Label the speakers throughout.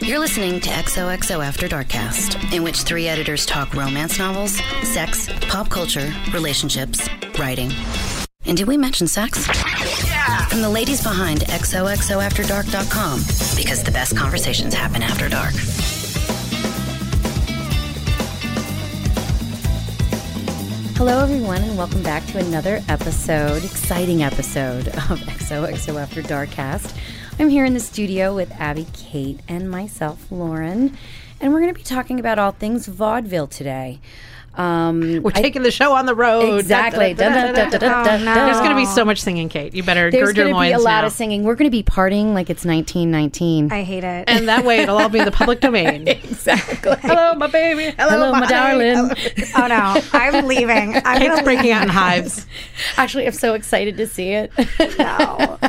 Speaker 1: You're listening to XOXO After Darkcast, in which three editors talk romance novels, sex, pop culture, relationships, writing. And did we mention sex? Yeah! From the ladies behind XOXOAfterdark.com, because the best conversations happen after dark. Hello, everyone, and welcome back to another episode, exciting episode of XOXO After Darkcast. I'm here in the studio with Abby, Kate, and myself, Lauren, and we're going to be talking about all things vaudeville today. Um,
Speaker 2: We're taking the show on the road.
Speaker 1: Exactly. Dun, dun, dun, dun, dun, dun, dun.
Speaker 2: There's going to be so much singing, Kate. You better
Speaker 1: there's
Speaker 2: gird your
Speaker 1: going to be
Speaker 2: loins
Speaker 1: a lot
Speaker 2: now.
Speaker 1: of singing. We're going to be partying like it's 1919.
Speaker 3: I hate it.
Speaker 2: and that way, it'll all be in the public domain.
Speaker 1: exactly.
Speaker 2: Hello, my baby. Hello,
Speaker 1: Hello, my darling.
Speaker 3: oh no, I'm leaving. I'm
Speaker 2: Kate's
Speaker 3: gonna leave
Speaker 2: breaking out in hives.
Speaker 1: Actually, I'm so excited to see it.
Speaker 3: now.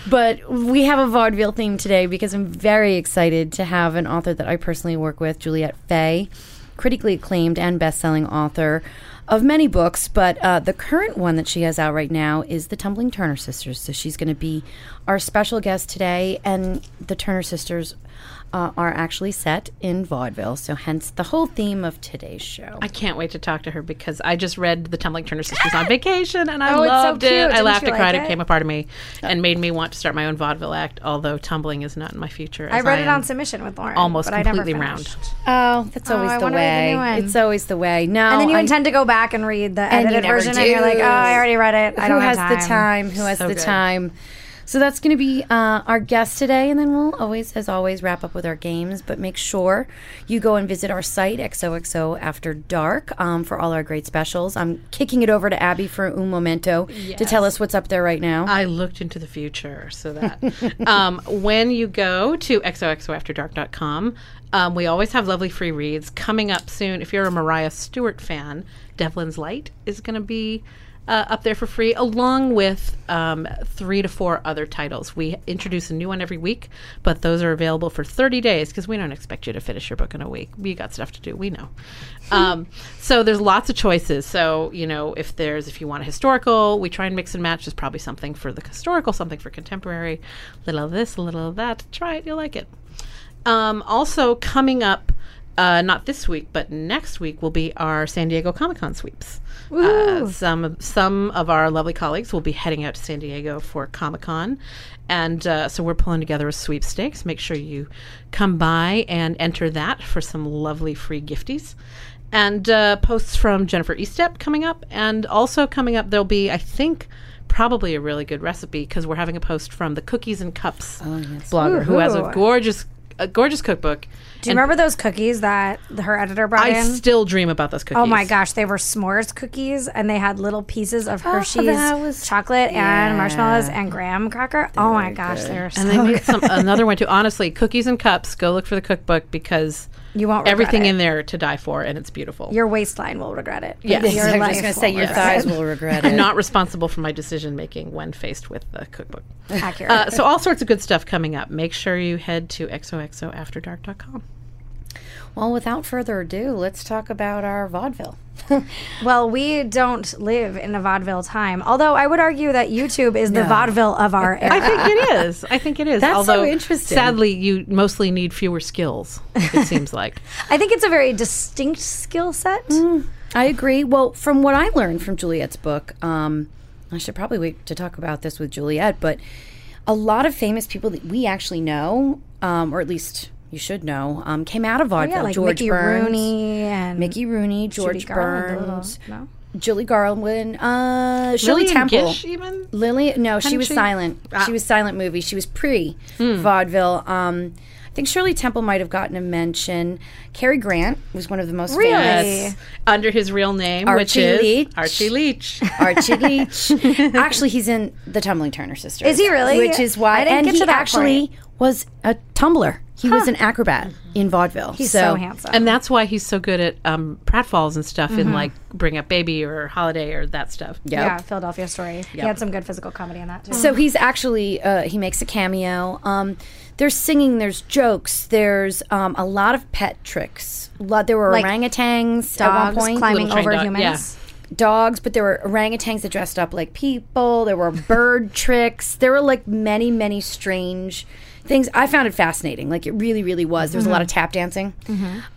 Speaker 1: But we have a vaudeville theme today because I'm very excited to have an author that I personally work with, Juliette Fay, critically acclaimed and best-selling author of many books. But uh, the current one that she has out right now is The Tumbling Turner Sisters. So she's going to be our special guest today, and the Turner Sisters uh, are actually set in vaudeville. So hence the whole theme of today's show.
Speaker 2: I can't wait to talk to her because I just read the Tumbling Turner Sisters on vacation and I
Speaker 3: Oh, it's so
Speaker 2: loved
Speaker 3: cute.
Speaker 2: it. I
Speaker 3: Didn't
Speaker 2: laughed
Speaker 3: you
Speaker 2: and cried.
Speaker 3: like
Speaker 2: It
Speaker 3: it?
Speaker 2: came a part of me and made me want to start my own vaudeville act, although tumbling is not in my future.
Speaker 3: I
Speaker 2: as
Speaker 3: read it
Speaker 2: am
Speaker 3: on submission with Lauren.
Speaker 2: Almost
Speaker 3: but
Speaker 2: completely
Speaker 3: I never
Speaker 2: round.
Speaker 3: finished.
Speaker 1: Oh, that's always
Speaker 3: I
Speaker 1: the
Speaker 3: wanna read the
Speaker 1: way.
Speaker 3: new one.
Speaker 1: It's always the way. No,
Speaker 3: And then you
Speaker 1: Oh, I-
Speaker 3: intend to go back and read the
Speaker 1: you
Speaker 3: edited
Speaker 1: never
Speaker 3: version, and you're like,
Speaker 1: do.
Speaker 3: oh, I already read it. I
Speaker 1: who
Speaker 3: don't
Speaker 1: has
Speaker 3: have time.
Speaker 1: the time? Who has
Speaker 2: So
Speaker 1: the
Speaker 2: good.
Speaker 1: time? So that's going to be uh, our guest today, and then we'll always, as always, wrap up with our games. But make sure you go and visit our site XOXO After Dark um, for all our great specials. I'm kicking it over to Abby for un momento to tell us what's up there right now.
Speaker 2: I looked into the future so that um, when you go to xoxoafterdark.com, um, we always have lovely free reads coming up soon. If you're a Mariah Stewart fan, Devlin's Light is going to be uh, up there for free, along with um, three to four other titles. We introduce a new one every week, but those are available for 30 days because we don't expect you to finish your book in a week. We got stuff to do. We know. um, so there's lots of choices. So you know, if there's if you want a historical, we try and mix and match. There's probably something for the historical, something for contemporary, little of this, a little of that. Try it, you'll like it. Um, also coming up, uh, not this week, but next week will be our San Diego Comic Con sweeps. Uh, some of- some of our lovely colleagues will be heading out to San Diego for Comic Con, and uh, so we're pulling together a sweepstakes. Make sure you come by and enter that for some lovely free gifties. And uh, posts from Jennifer Eastep coming up, and also coming up there'll be I think probably a really good recipe because we're having a post from the Cookies and Cups blogger who has a
Speaker 3: Ooh.
Speaker 2: gorgeous a gorgeous cookbook.
Speaker 3: Do you remember those cookies that th- her editor brought
Speaker 2: I
Speaker 3: in?
Speaker 2: still dream about those cookies.
Speaker 3: oh my gosh, they were s'mores cookies, and they had little pieces of Hershey's
Speaker 1: Oh, that was-
Speaker 3: chocolate
Speaker 1: Yeah.
Speaker 3: and marshmallows and graham cracker. oh my gosh, they were
Speaker 2: And
Speaker 3: so.
Speaker 2: they made some another one too. Honestly, cookies and cups. Go look for the cookbook because
Speaker 3: You won't regret
Speaker 2: everything
Speaker 3: it.
Speaker 2: in there to die for, and it's beautiful.
Speaker 3: Your waistline will regret it.
Speaker 2: Yes.
Speaker 3: your
Speaker 1: I was
Speaker 3: life
Speaker 1: just going to say
Speaker 3: will
Speaker 1: your
Speaker 3: regret
Speaker 1: thighs will regret
Speaker 2: I'm
Speaker 1: it.
Speaker 2: not responsible for my decision making when faced with the cookbook.
Speaker 3: it. accurate.
Speaker 2: Uh, so all sorts of good stuff coming up. Make sure you head to xoxoafterdark.com.
Speaker 1: Well, without further ado, let's talk about our vaudeville.
Speaker 3: Well, we don't live in a vaudeville time. Although I would argue that YouTube is the vaudeville of our
Speaker 2: I
Speaker 3: era.
Speaker 2: think it is. I think it is.
Speaker 1: That's so
Speaker 2: Although,
Speaker 1: interesting.
Speaker 2: Sadly, you mostly need fewer skills. It seems like.
Speaker 3: I think it's a very distinct skill set.
Speaker 1: Mm, I agree. Well, from what I learned from Juliet's book, um, I should probably wait to talk about this with Juliet, but a lot of famous people that we actually know, um, or at least you should know, um, came out of vaudeville.
Speaker 3: Oh, Yeah, like
Speaker 1: George
Speaker 3: Mickey
Speaker 1: Burns,
Speaker 3: Rooney and
Speaker 1: Mickey Rooney,
Speaker 3: Judy
Speaker 1: George
Speaker 3: Garland, a
Speaker 1: Burns,
Speaker 3: little- no?
Speaker 1: Julie Garland, uh, Shirley
Speaker 2: Lillian
Speaker 1: Temple.
Speaker 2: Gish even.
Speaker 1: Lily, no, she
Speaker 2: Hadn't
Speaker 1: was
Speaker 2: she- Ah. Hmm.
Speaker 1: silent. She was silent movie. She was pre vaudeville. Um, I think Shirley Temple might have gotten a mention. Cary Grant was one of the most
Speaker 3: Really?
Speaker 1: famous.
Speaker 2: Yes. Under his real name, which
Speaker 1: Archie
Speaker 2: is
Speaker 1: Leach.
Speaker 2: Archie Leach.
Speaker 1: Archie Leach. actually, he's in the Tumbling Turner Sisters.
Speaker 3: Is he really?
Speaker 1: Which is why,
Speaker 3: I didn't
Speaker 1: and
Speaker 3: get
Speaker 1: he
Speaker 3: to that
Speaker 1: actually was a tumbler. He was an acrobat in vaudeville.
Speaker 3: He's so, handsome.
Speaker 2: And that's why he's so good at um, pratfalls and stuff in like Bring Up Baby or Holiday or that stuff.
Speaker 3: yeah, Philadelphia story. He had some good physical comedy in that too.
Speaker 1: So he's actually uh, he makes a cameo. Um, there's singing. There's jokes. There's um, a lot of pet tricks. A lot, there were
Speaker 3: Like
Speaker 1: orangutans at one
Speaker 3: Dogs
Speaker 1: point.
Speaker 3: climbing
Speaker 2: train
Speaker 3: over
Speaker 2: dog,
Speaker 3: humans.
Speaker 1: dogs, but there were orangutans that dressed up like people. There were bird tricks. There were like many, many strange things. I found it fascinating. Like it really, really was. There was a lot of
Speaker 3: Mm-hmm.
Speaker 1: tap dancing,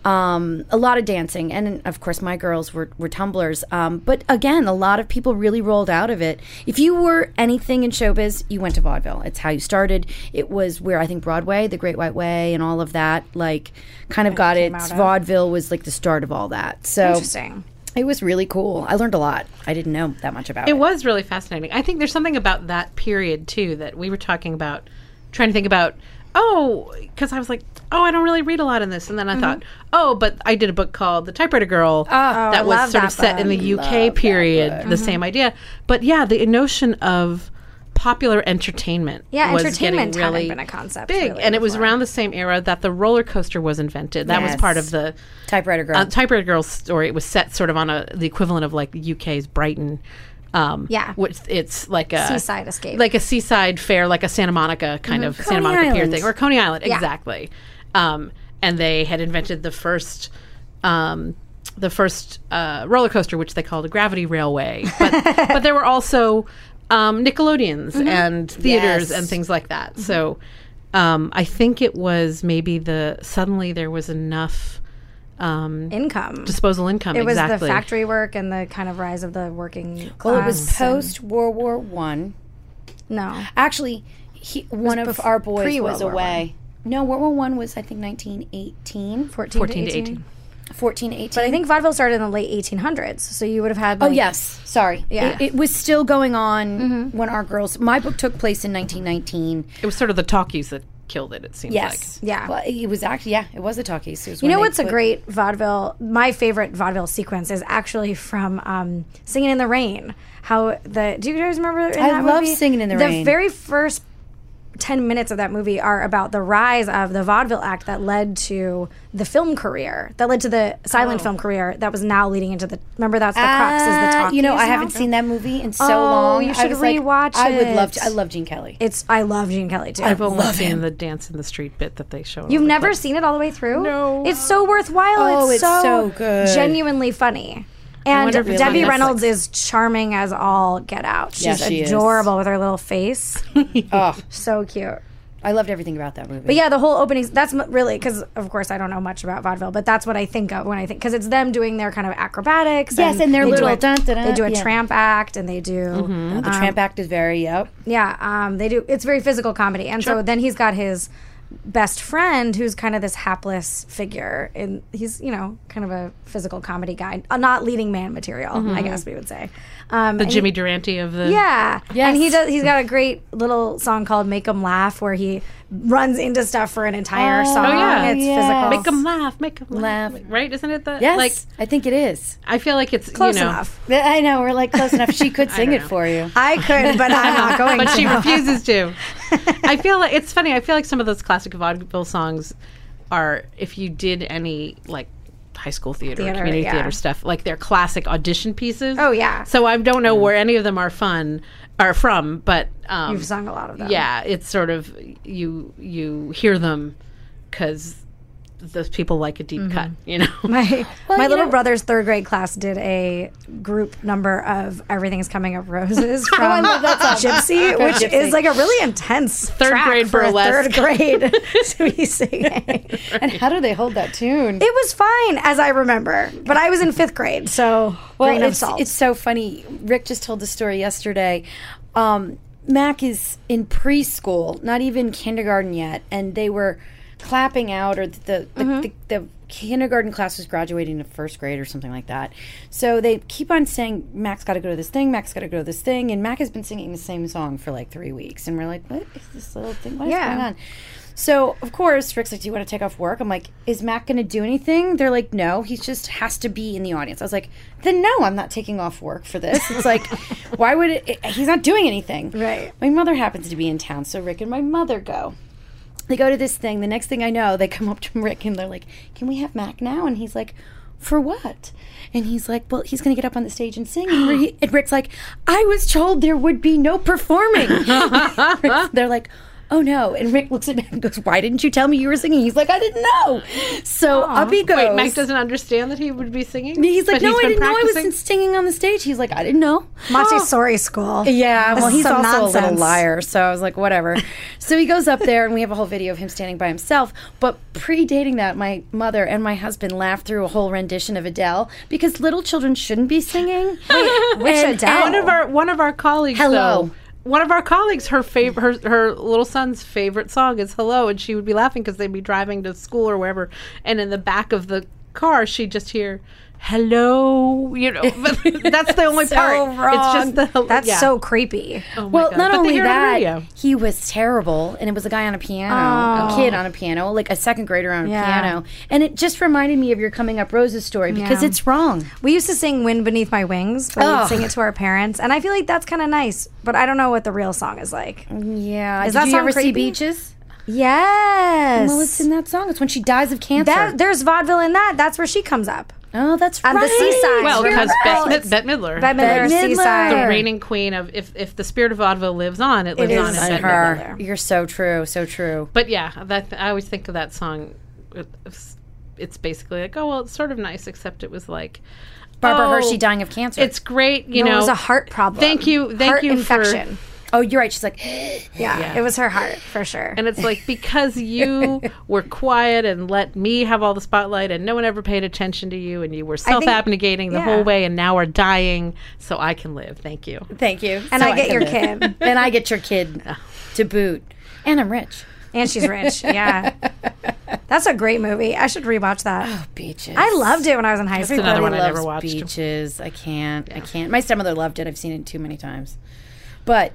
Speaker 1: um, a lot of dancing, and of course my girls were were tumblers. Um, but again, a lot of people really rolled out of it. If you were anything in showbiz, you went to vaudeville. It's how you started. It was where I think Broadway, The Great White Way, and all of that like kind of got
Speaker 3: came
Speaker 1: its
Speaker 3: out of.
Speaker 1: vaudeville was like the start of all that. So
Speaker 3: Interesting.
Speaker 1: it was really cool. I learned a lot. I didn't know that much about it.
Speaker 2: It was really fascinating. I think there's something about that period too that we were talking about, trying to think about. Oh, because I was like, oh, I don't really read a lot in this, and
Speaker 3: Mm-hmm.
Speaker 2: then I thought, oh, but I did a book called The Typewriter Girl that was
Speaker 3: Oh, love Mm-hmm.
Speaker 2: sort
Speaker 3: that
Speaker 2: of set in the UK period, the same idea. But yeah, the notion of popular entertainment,
Speaker 3: Yeah,
Speaker 2: was
Speaker 3: entertainment
Speaker 2: getting
Speaker 3: hadn't
Speaker 2: really
Speaker 3: been a concept,
Speaker 2: big,
Speaker 3: really,
Speaker 2: and it was
Speaker 3: before.
Speaker 2: around the same era that the roller coaster was invented. That
Speaker 1: Yes.
Speaker 2: was part of the
Speaker 1: typewriter girl.
Speaker 2: uh, typewriter girl story was set sort of on a the equivalent of like the UK's Brighton. Um,
Speaker 3: Yeah.
Speaker 2: which it's like a
Speaker 3: Seaside escape.
Speaker 2: like a seaside fair, like a Santa Monica kind of Santa
Speaker 1: Mm-hmm. Coney
Speaker 2: Monica pier
Speaker 1: Island.
Speaker 2: thing, or Coney Island, exactly. Um, and they had invented the first. Um, the first uh, roller coaster, which they called a gravity railway, but, but there were also um, Nickelodeons and theaters
Speaker 1: Mm-hmm. Yes.
Speaker 2: and things like that.
Speaker 3: Mm-hmm.
Speaker 2: So um, I think it was maybe the suddenly there was enough um,
Speaker 3: Income.
Speaker 2: disposal income.
Speaker 3: it was the
Speaker 2: exactly.
Speaker 3: factory work and the kind of rise of the working class.
Speaker 1: well, it was post World War One.
Speaker 3: no.
Speaker 1: Actually, he, one of
Speaker 3: bef-
Speaker 1: our boys
Speaker 3: pre-World
Speaker 1: was
Speaker 3: War
Speaker 1: away. No, World War One was I think 1918,
Speaker 3: 14,
Speaker 2: 14
Speaker 3: to 18.
Speaker 1: fourteen, eighteen.
Speaker 3: But I think vaudeville started in the late 1800s, so you would have had.
Speaker 1: Oh
Speaker 3: like-
Speaker 1: yes, sorry.
Speaker 3: Yeah.
Speaker 1: it, it was still going on when our girls. My book took place in 1919.
Speaker 2: It was sort of the talkies that killed it. It seems
Speaker 1: Yes,
Speaker 3: Yeah.
Speaker 1: Well, it was actually yeah, it was the talkies. It was
Speaker 3: You know what's a great vaudeville? My favorite vaudeville sequence is actually from um, Singing in the Rain. How the do you guys remember? In
Speaker 1: I
Speaker 3: that
Speaker 1: love
Speaker 3: movie?
Speaker 1: Singin' in the Rain.
Speaker 3: The very first ten minutes of that movie are about the rise of the vaudeville act that led to the film career, that led to the
Speaker 1: Oh.
Speaker 3: silent film career that was now leading into the. Remember that's the crux is the talkies.
Speaker 1: Ah, You know, I
Speaker 3: now?
Speaker 1: haven't seen that movie in so
Speaker 3: Oh,
Speaker 1: long.
Speaker 3: you
Speaker 1: I
Speaker 3: should
Speaker 1: was like,
Speaker 3: rewatch
Speaker 1: I would love
Speaker 3: it.
Speaker 1: to. I love Gene Kelly.
Speaker 3: It's I love Gene Kelly too.
Speaker 2: I've only seen the dance in the street bit that they show.
Speaker 3: You've never seen it all the way through?
Speaker 2: No.
Speaker 3: It's so worthwhile.
Speaker 1: Oh, it's so good.
Speaker 3: Genuinely funny. And
Speaker 2: wonder if it's on
Speaker 3: Debbie
Speaker 2: Netflix.
Speaker 3: Reynolds is charming as all get out. She's
Speaker 1: Yes, she is.
Speaker 3: adorable with her little face.
Speaker 1: oh,
Speaker 3: so cute.
Speaker 1: I loved everything about that movie.
Speaker 3: But yeah, the whole opening, that's m- really, because of course I don't know much about vaudeville, but that's what I think of when I think, because it's them doing their kind of acrobatics.
Speaker 1: Yes, and their
Speaker 3: they do
Speaker 1: little
Speaker 3: a-
Speaker 1: dun, dun, dun,
Speaker 3: They do a
Speaker 1: yeah. Mm-hmm.
Speaker 3: tramp act and they do.
Speaker 1: the Tramp Act is very yep.
Speaker 3: Yeah, um, they do. It's very physical comedy, and so then he's got his best friend, who's kind of this hapless figure, and he's you know kind of a physical comedy guy, a not leading man material, I guess we would say. Um,
Speaker 2: Mm-hmm. the
Speaker 3: and
Speaker 2: Jimmy Durante of the.
Speaker 3: yeah.
Speaker 1: Yes.
Speaker 3: And he does he's got a great little song called Make 'em Laugh where he runs into stuff for an entire song.
Speaker 2: Oh, yeah.
Speaker 3: It's
Speaker 1: yes.
Speaker 3: physical.
Speaker 2: Make them laugh, make them laugh.
Speaker 1: Laugh.
Speaker 2: Right? Isn't it that?
Speaker 1: Yes,
Speaker 2: Like,
Speaker 1: I think it is.
Speaker 2: I feel like it's
Speaker 3: close
Speaker 2: you know,
Speaker 3: enough.
Speaker 1: I know we're like close enough. She could sing
Speaker 2: don't
Speaker 1: it
Speaker 2: know.
Speaker 1: for you.
Speaker 3: I could, but I'm not going
Speaker 2: but
Speaker 3: to.
Speaker 2: she refuses to. I feel like it's funny. I feel like some of those classic vaudeville songs are, if you did any like high school theater, or
Speaker 3: Theater,
Speaker 2: community
Speaker 3: yeah.
Speaker 2: theater stuff, like they're classic audition pieces.
Speaker 3: Oh, yeah.
Speaker 2: So I don't know where any of them are fun are from, but um,
Speaker 3: You've sung a lot of them.
Speaker 2: yeah, it's sort of you you hear them because those people like a deep
Speaker 3: Mm-hmm.
Speaker 2: cut, you know.
Speaker 3: My, my
Speaker 1: you
Speaker 3: little
Speaker 1: know-
Speaker 3: brother's third grade class did a group number of Everything's Coming Up Roses
Speaker 1: Oh,
Speaker 3: from Gypsy, which
Speaker 1: Gypsy.
Speaker 3: is like a really intense third
Speaker 2: grade burlesque.
Speaker 3: third grade to be singing.
Speaker 1: And how do they hold that tune?
Speaker 3: It was fine, as I remember, but I was in fifth grade, so grain
Speaker 1: it's,
Speaker 3: of salt.
Speaker 1: it's so funny. Rick just told the story yesterday. Um, Mac is in preschool, not even kindergarten yet, and they were clapping out, or the the, the, the kindergarten class was graduating to first grade or something like that. So they keep on saying, "Mac's got to go to this thing. Mac's got to go to this thing," and Mac has been singing the same song for like three weeks, and we're like, "What is this little thing? What is
Speaker 3: Yeah.
Speaker 1: going on?" So of course, Rick's like, "Do you want to take off work?" I'm like, "Is Mac going to do anything?" They're like, "No, he just has to be in the audience." I was like, "Then no, I'm not taking off work for this." It's like, why would it, it- he's not doing anything?
Speaker 3: Right.
Speaker 1: My mother happens to be in town, so Rick and my mother go. They go to this thing. The next thing I know, they come up to Rick and they're like, "Can we have Mac now?" And he's like. For what? And he's like, well, he's going to get up on the stage and sing. And, Ri- and Rick's like, I was told there would be no performing. They're like, oh no. And Rick looks at Mac and goes, why didn't you tell me you were singing? He's like, I didn't know. So up he goes.
Speaker 2: Wait, Mac doesn't understand that he would be singing.
Speaker 1: He's like,
Speaker 2: But
Speaker 1: no, I
Speaker 2: been
Speaker 1: didn't know I
Speaker 2: practicing?"
Speaker 1: was singing on the stage. He's like, I didn't know.
Speaker 3: Montessori school.
Speaker 1: Yeah,
Speaker 3: This
Speaker 1: well,
Speaker 3: is
Speaker 1: he's
Speaker 3: some
Speaker 1: also a little
Speaker 3: nonsense.
Speaker 1: liar, so I was like, whatever. so he goes up there, and we have a whole video of him standing by himself. But predating that, my mother and my husband laughed through a whole rendition of Adele because little children shouldn't be singing.
Speaker 3: which
Speaker 1: And-
Speaker 3: Adele? Oh
Speaker 1: and-
Speaker 2: One of our one of our colleagues.
Speaker 1: Oh. Hello.
Speaker 2: though, one of our colleagues, her favorite, her, her little son's favorite song is "Hello," and she would be laughing because they'd be driving to school or wherever, and in the back of the car, she'd just hear "Hello," you know. But that's the only
Speaker 1: So
Speaker 2: part. It's just the hel-
Speaker 3: That's
Speaker 2: yeah.
Speaker 3: so creepy.
Speaker 2: Oh my
Speaker 1: well,
Speaker 2: God.
Speaker 1: not
Speaker 2: But they
Speaker 1: only
Speaker 2: hear it on
Speaker 1: that,
Speaker 2: radio.
Speaker 1: he was terrible, and it was a guy on a piano, a kid on a piano, like a second grader on a
Speaker 3: Oh. Yeah.
Speaker 1: piano, and it just reminded me of your coming up Rose's story because
Speaker 3: Yeah.
Speaker 1: it's wrong.
Speaker 3: We used to sing "Wind Beneath My Wings," but
Speaker 1: Ugh.
Speaker 3: we'd sing it to our parents, and I feel like that's kind of nice. But I don't know what the real song is like.
Speaker 1: Yeah,
Speaker 3: Does
Speaker 1: did
Speaker 3: that
Speaker 1: you
Speaker 3: sound
Speaker 1: ever see
Speaker 3: creepy?
Speaker 1: Beaches?
Speaker 3: Yes,
Speaker 1: Well, it's in that song. It's when she dies of cancer.
Speaker 3: that, there's vaudeville in that. That's where she comes up.
Speaker 1: oh, that's
Speaker 3: On the
Speaker 1: right.
Speaker 3: seaside.
Speaker 2: well
Speaker 3: You're
Speaker 2: because
Speaker 3: right.
Speaker 2: Bette,
Speaker 3: It's-
Speaker 2: Bette Midler,
Speaker 3: Bette Midler,
Speaker 1: Midler.
Speaker 3: Seaside.
Speaker 2: the reigning queen of if if the spirit of vaudeville lives on, it lives on
Speaker 3: is
Speaker 2: in
Speaker 3: on
Speaker 2: Bette
Speaker 3: her.
Speaker 2: Midler.
Speaker 1: her.
Speaker 3: there.
Speaker 1: You're so true, so true.
Speaker 2: But yeah, that I always think of that song. It's, it's basically like, oh well, it's sort of nice, except it was like
Speaker 1: Barbara
Speaker 2: oh,
Speaker 1: Hershey dying of cancer.
Speaker 2: It's great, you
Speaker 3: No,
Speaker 2: know.
Speaker 3: it was a heart problem.
Speaker 2: Thank you- thank
Speaker 3: heart
Speaker 2: you for-
Speaker 3: infection.
Speaker 1: oh, you're right. She's like,
Speaker 3: yeah, it was her heart for sure.
Speaker 2: and it's like because you were quiet and let me have all the spotlight, and no one ever paid attention to you, and you were
Speaker 3: think-
Speaker 2: self-abnegating the
Speaker 3: yeah.
Speaker 2: whole way, and now are dying, so I can live. Thank you.
Speaker 1: thank you.
Speaker 3: and I get your kid,
Speaker 1: and I get your kid to boot, and I'm rich.
Speaker 3: and she's rich. Yeah, that's a great movie. I should rewatch that.
Speaker 1: Beaches.
Speaker 3: I loved it when I was in high school.
Speaker 2: another one I
Speaker 1: loves
Speaker 2: never watched.
Speaker 1: Beaches. I can't. I can't. My stepmother loved it. I've seen it too many times. But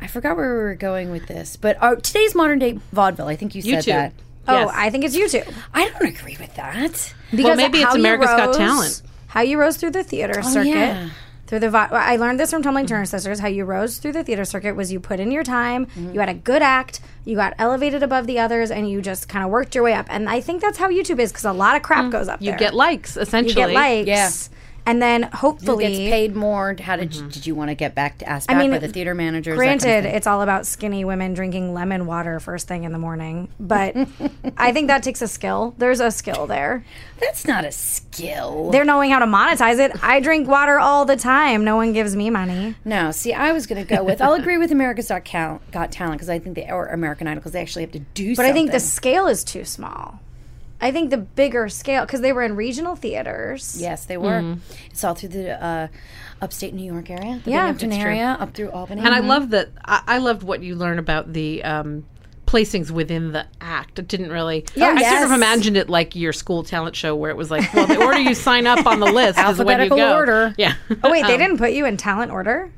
Speaker 1: I forgot where we were going with this. But our, today's modern day vaudeville. I think you said
Speaker 2: YouTube.
Speaker 1: that.
Speaker 3: Oh,
Speaker 2: Yes.
Speaker 3: I think it's YouTube.
Speaker 1: I don't agree with that.
Speaker 3: Because
Speaker 2: maybe
Speaker 3: of
Speaker 2: it's
Speaker 3: how you
Speaker 2: America's Got
Speaker 3: rose-
Speaker 2: Talent.
Speaker 3: How you rose through the theater circuit.
Speaker 1: yeah.
Speaker 3: Through the, vo- I learned this from Tumbling Turner Sisters. How you rose through the theater circuit was you put in your time, you had a good act, you got elevated above the others, and you just kind of worked your way up. And I think that's how YouTube is because a lot of crap goes up
Speaker 2: Mm. You
Speaker 3: there.
Speaker 2: get likes
Speaker 3: you
Speaker 2: essentially.
Speaker 3: get likes,
Speaker 1: Yeah.
Speaker 3: and then
Speaker 1: Who gets
Speaker 3: hopefully,
Speaker 1: paid more? How did you, did you want to get back to asked back
Speaker 3: mean,
Speaker 1: by the theater managers? that kind of
Speaker 3: granted,
Speaker 1: thing?
Speaker 3: it's all about skinny women drinking lemon water first thing in the morning, but I think that takes a skill. There's a skill there.
Speaker 1: that's not a skill.
Speaker 3: They're knowing how to monetize it. I drink water all the time. No one gives me money.
Speaker 1: No, see, I was going to go with. I'll agree with America's Got, Cal- Got Talent because I think they or American Idol because they actually have to do.
Speaker 3: But I think the scale is too small. I think the bigger scale, because they were in regional theaters.
Speaker 1: yes, they were. mm-hmm. It's all through the uh, upstate New York area, the
Speaker 3: Yeah,
Speaker 1: Binghamton
Speaker 3: that's true.
Speaker 1: area, up through Albany.
Speaker 2: And I
Speaker 3: Mm-hmm.
Speaker 2: love that. I, I loved what you learn about the um, placings within the act. It didn't really.
Speaker 3: Yeah,
Speaker 2: I sort
Speaker 3: yes.
Speaker 2: of imagined it like your school talent show, where it was like, well, the order you sign up on the list is when you
Speaker 1: Alphabetical
Speaker 2: go.
Speaker 1: order.
Speaker 2: Yeah. Um,
Speaker 3: Oh, wait, they didn't put you in talent order?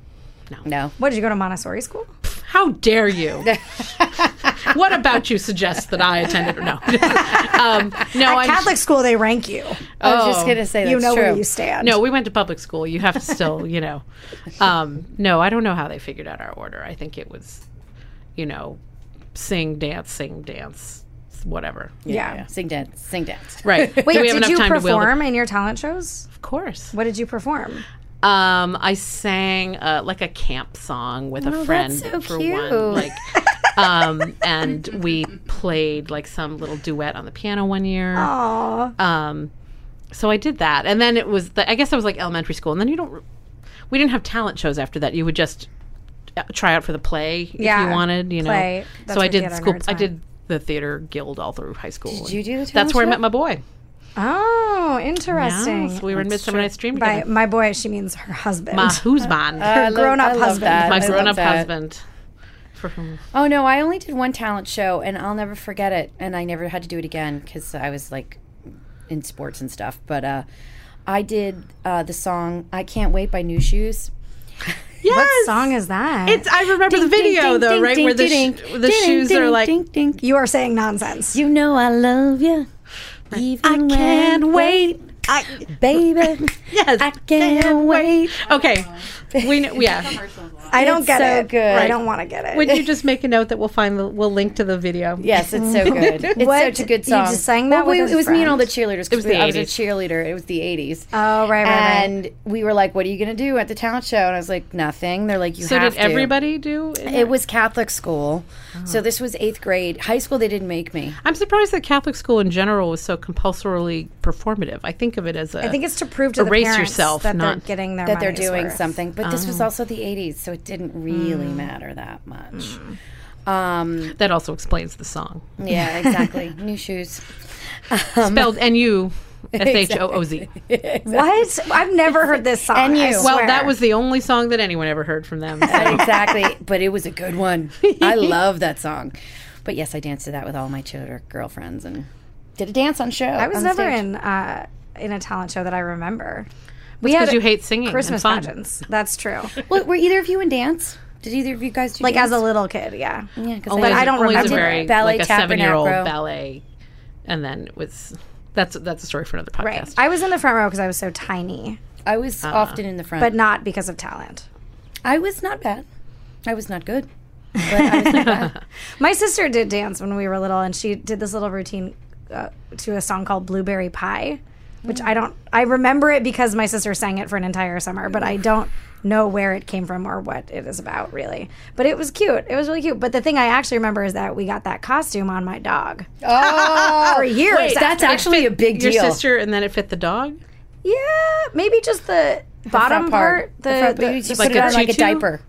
Speaker 1: no.
Speaker 3: What, did you go to Montessori school?
Speaker 2: How dare you? what about you suggests that I attended or no? um, no, I'm, oh.
Speaker 3: Catholic school, they rank you.
Speaker 1: I was just going to say that's
Speaker 3: you know
Speaker 1: true.
Speaker 3: where you stand.
Speaker 2: no, we went to public school. You have to still, you know. Um, no, I don't know how they figured out our order. I think it was, you know, sing, dance, sing, dance, whatever.
Speaker 3: Yeah.
Speaker 1: Sing dance, sing dance.
Speaker 2: Right.
Speaker 3: Wait,
Speaker 2: Do we have
Speaker 3: did
Speaker 2: enough
Speaker 3: you
Speaker 2: time to wield it?
Speaker 3: perform in your talent shows?
Speaker 2: Of course.
Speaker 3: What did you perform?
Speaker 2: Um, I sang uh, like a camp song
Speaker 3: Oh,
Speaker 2: with a friend
Speaker 1: that's so
Speaker 2: for
Speaker 1: cute.
Speaker 2: one, like, um, and we played like some little duet on the piano one year.
Speaker 3: Aw.
Speaker 2: Um, so I did that, and then it was the, I guess I was like elementary school, and then you don't. re- We didn't have talent shows after that. You would just uh, try out for the play if
Speaker 3: Yeah.
Speaker 2: you wanted, you know.
Speaker 3: Play. That's
Speaker 2: So I
Speaker 3: where
Speaker 2: did
Speaker 3: theater
Speaker 2: school.
Speaker 3: nerds
Speaker 2: I
Speaker 3: went.
Speaker 2: did the theater guild all through high school. Did
Speaker 1: you do the
Speaker 2: That's
Speaker 1: talent
Speaker 2: where I
Speaker 1: show?
Speaker 2: met my boy.
Speaker 3: Oh,
Speaker 2: Yeah,
Speaker 3: interesting.
Speaker 2: so we were in Midsummer Night's Dream
Speaker 3: By
Speaker 2: together.
Speaker 3: my boy, she means her husband.
Speaker 2: My husband.
Speaker 1: I love-
Speaker 3: grown-up
Speaker 1: I love
Speaker 3: husband.
Speaker 1: that. I
Speaker 2: my
Speaker 1: love
Speaker 2: grown-up
Speaker 1: that.
Speaker 2: husband. For whom
Speaker 1: Oh no, I only did one talent show, and I'll never forget it. And I never had to do it again because I was like in sports and stuff. But uh, I did uh, the song "I Can't Wait" by New Shoes.
Speaker 2: Yes.
Speaker 3: What song is that?
Speaker 2: It's. I remember the video
Speaker 1: Ding, ding,
Speaker 2: though,
Speaker 1: ding,
Speaker 2: right?
Speaker 1: ding,
Speaker 2: where the
Speaker 1: ding,
Speaker 2: sh- the
Speaker 1: ding,
Speaker 2: shoes are
Speaker 1: ding,
Speaker 2: like.
Speaker 1: ding, ding.
Speaker 3: you are saying nonsense.
Speaker 1: You know I love you. Even
Speaker 2: I
Speaker 1: when-
Speaker 2: can't wait. I,
Speaker 1: Baby,
Speaker 2: yes.
Speaker 1: I can't wait.
Speaker 2: okay. We know, yeah.
Speaker 3: I don't
Speaker 1: It's
Speaker 3: get
Speaker 1: so
Speaker 3: it.
Speaker 1: good.
Speaker 3: I don't want to get it.
Speaker 2: Would you just make a note that we'll find the we'll link to the video?
Speaker 1: Yes, it's so good. It's
Speaker 3: What?
Speaker 1: such a good
Speaker 3: You
Speaker 1: song.
Speaker 3: just sang that
Speaker 1: Well, we-
Speaker 3: with a
Speaker 1: it was me and all the
Speaker 3: friend?
Speaker 1: cheerleaders.
Speaker 2: It was
Speaker 1: because we,
Speaker 2: the
Speaker 1: I was a
Speaker 2: 80s.
Speaker 1: cheerleader. It was the eighties.
Speaker 3: Oh, right, right, right.
Speaker 1: and we were like, "What are you going to do at the talent show?" And I was like, "Nothing." They're like, "You
Speaker 2: So
Speaker 1: have
Speaker 2: did
Speaker 1: to."
Speaker 2: everybody do?
Speaker 1: It was Catholic school,
Speaker 3: Oh.
Speaker 1: so this was eighth grade. High school, they didn't make me.
Speaker 2: I'm surprised that Catholic school in general was so compulsorily performative. I think of it as a.
Speaker 3: I think it's to prove to the
Speaker 2: Erase
Speaker 3: parents
Speaker 2: yourself,
Speaker 3: that
Speaker 2: not-
Speaker 3: they're getting their
Speaker 1: that they're
Speaker 3: money's
Speaker 1: doing
Speaker 3: worth.
Speaker 1: something. But this
Speaker 2: Oh.
Speaker 1: was also the 80s, so it didn't really
Speaker 3: Mm.
Speaker 1: matter that much.
Speaker 2: Mm.
Speaker 1: Um,
Speaker 2: that also explains the song.
Speaker 1: yeah, exactly. New shoes. Um,
Speaker 2: Spelled N U S H O O Z.
Speaker 3: What? I've never heard this song.
Speaker 1: And
Speaker 3: I
Speaker 1: you.
Speaker 2: Well,
Speaker 3: swear.
Speaker 2: that was the only song that anyone ever heard from them. so-
Speaker 1: exactly. But it was a good one. I love that song. But yes, I danced to that with all my children, girlfriends, and did a dance on show.
Speaker 3: I was never in uh, in a talent show that I remember. We
Speaker 2: because you hate singing. and
Speaker 3: Christmas
Speaker 2: fun.
Speaker 3: pageants. That's true.
Speaker 1: Well, were either of you in dance? Did either of you guys do
Speaker 3: Like
Speaker 1: dance?
Speaker 3: as a little kid, yeah.
Speaker 1: yeah, 'cause
Speaker 2: Only
Speaker 1: Oh,
Speaker 2: as-
Speaker 1: I-
Speaker 3: I don't
Speaker 2: only as a
Speaker 3: remember
Speaker 2: very
Speaker 3: it.
Speaker 1: Ballet,
Speaker 2: like a seven year old
Speaker 1: Tapernacro.
Speaker 2: ballet, and then it was that's that's a story for another
Speaker 3: Right.
Speaker 2: podcast.
Speaker 3: I was in the front row because I was so tiny,
Speaker 1: I was often in the front.
Speaker 3: Uh-uh. but not because of talent.
Speaker 1: I was not bad. I was not good. But I was not bad.
Speaker 3: My sister did dance when we were little, and she did this little routine uh, to a song called "Blueberry Pie," which I don't. I remember it because my sister sang it for an entire summer, but I don't know where it came from or what it is about really. But it was cute. It was really cute. But the thing I actually remember is that we got that costume on my dog
Speaker 1: Oh,
Speaker 3: for years.
Speaker 1: that's actually a big
Speaker 2: Your
Speaker 1: deal.
Speaker 2: sister, and then it fit the dog.
Speaker 3: yeah, maybe just the bottom
Speaker 1: front
Speaker 3: part,
Speaker 1: the front, but
Speaker 3: the,
Speaker 1: you
Speaker 3: the,
Speaker 1: just
Speaker 2: Like
Speaker 1: put
Speaker 2: a
Speaker 1: it on like a
Speaker 2: tutu?
Speaker 1: diaper,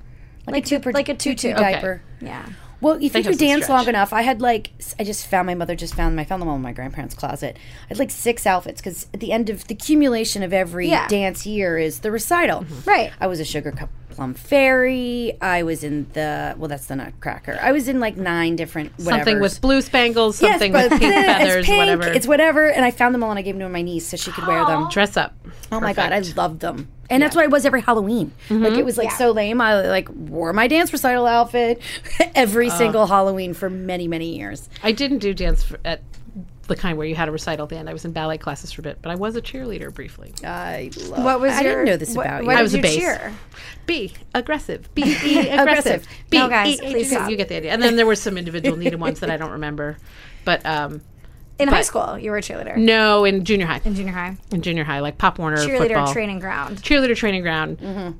Speaker 1: like, a tutu,
Speaker 3: like a tutu. Okay.
Speaker 1: diaper.
Speaker 3: yeah.
Speaker 1: Well, if you
Speaker 2: have
Speaker 1: do
Speaker 2: some
Speaker 1: dance
Speaker 2: stretch.
Speaker 1: long enough, I had like s- I just found my mother just found them. I found them all in my grandparents' closet. I had like six outfits because at the end of the accumulation of every
Speaker 3: Yeah.
Speaker 1: dance year is the recital,
Speaker 2: Mm-hmm.
Speaker 3: Right.
Speaker 1: I was a sugar cup plum fairy. I was in the well, that's the Nutcracker. I was in like nine different whatevers.
Speaker 2: Something with blue spangles,
Speaker 1: Yes,
Speaker 2: something
Speaker 1: but
Speaker 2: with pink
Speaker 1: it's
Speaker 2: feathers,
Speaker 1: pink,
Speaker 2: whatever.
Speaker 1: It's whatever, and I found them all and I gave them to my niece so she could wear them.
Speaker 2: dress up.
Speaker 1: Oh my god, I loved them. And that's what I was every Halloween. Like it was like so lame. I like wore my dance recital outfit every single Halloween for many many years.
Speaker 2: I didn't do dance for, at the kind where you had a recital at the end. I was in ballet classes for a bit, but I was a cheerleader briefly.
Speaker 1: I love.
Speaker 3: What was
Speaker 1: I
Speaker 3: your,
Speaker 1: didn't know this
Speaker 3: what-
Speaker 1: about
Speaker 3: what
Speaker 1: you.
Speaker 2: I
Speaker 3: did
Speaker 2: was a
Speaker 3: you
Speaker 2: bass.
Speaker 3: cheer?
Speaker 2: Be aggressive. Be e- aggressive.
Speaker 1: Aggressive.
Speaker 2: Be
Speaker 3: No, guys,
Speaker 2: e-
Speaker 3: please
Speaker 2: aggressive.
Speaker 3: stop.
Speaker 2: You get the idea. And then there were some individual needed ones that I don't remember, but um,
Speaker 3: In high
Speaker 2: But-
Speaker 3: school, you were a cheerleader.
Speaker 2: no, in junior high.
Speaker 3: In junior high,
Speaker 2: In junior high, like Pop Warner
Speaker 3: cheerleader
Speaker 2: football.
Speaker 3: training ground.
Speaker 2: cheerleader training ground. Um,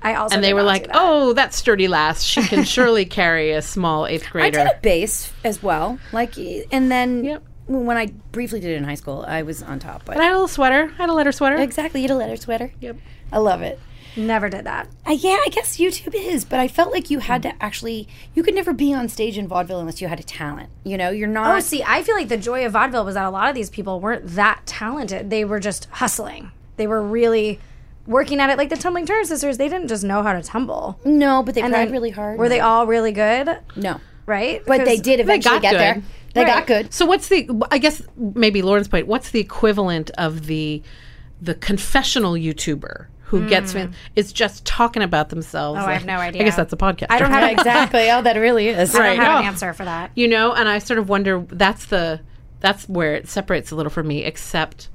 Speaker 3: I Mm-hmm. also
Speaker 2: and
Speaker 3: did
Speaker 2: they were
Speaker 3: not
Speaker 2: like,
Speaker 3: do that.
Speaker 2: "Oh, that sturdy lass. She can surely carry a small eighth
Speaker 1: I
Speaker 2: grader."
Speaker 1: did a bass as well. Like y- and then
Speaker 2: Yep.
Speaker 1: when I briefly did it in high school, I was on top. But
Speaker 2: And I had a little sweater. I had a letter sweater.
Speaker 1: exactly, you had a leather sweater.
Speaker 2: Yep.
Speaker 1: I love it.
Speaker 2: "Oh."
Speaker 3: Never did that.
Speaker 1: I, yeah, I guess YouTube is, but I felt like you had to actually. You could never be on stage in vaudeville unless you had a talent. You know, you're not.
Speaker 3: Oh, see, I feel like the joy of vaudeville was that a lot of these people weren't that talented. They were just hustling. They were really working at it. Like the tumbling Turner sisters, they didn't just know how to tumble.
Speaker 1: no, but they
Speaker 3: And
Speaker 1: tried
Speaker 3: then-
Speaker 1: really hard.
Speaker 3: Were they all really good?
Speaker 1: No.
Speaker 3: Right?
Speaker 1: But they
Speaker 3: 'Cause-
Speaker 1: did eventually
Speaker 2: got
Speaker 1: get
Speaker 2: good.
Speaker 1: there. They got
Speaker 3: Right.
Speaker 1: good.
Speaker 2: So what's the? I guess maybe Lauren's point. What's the equivalent of the the confessional YouTuber who gets in, is just talking about themselves?
Speaker 3: Hmm. Oh, I have no idea.
Speaker 2: I guess that's a podcast.
Speaker 3: I don't have,
Speaker 1: Yeah, exactly. Oh, that really is.
Speaker 3: I don't
Speaker 2: Right.
Speaker 3: have
Speaker 2: Oh.
Speaker 3: an answer for that.
Speaker 2: you know and i sort of wonder that's the that's where it separates a little for me except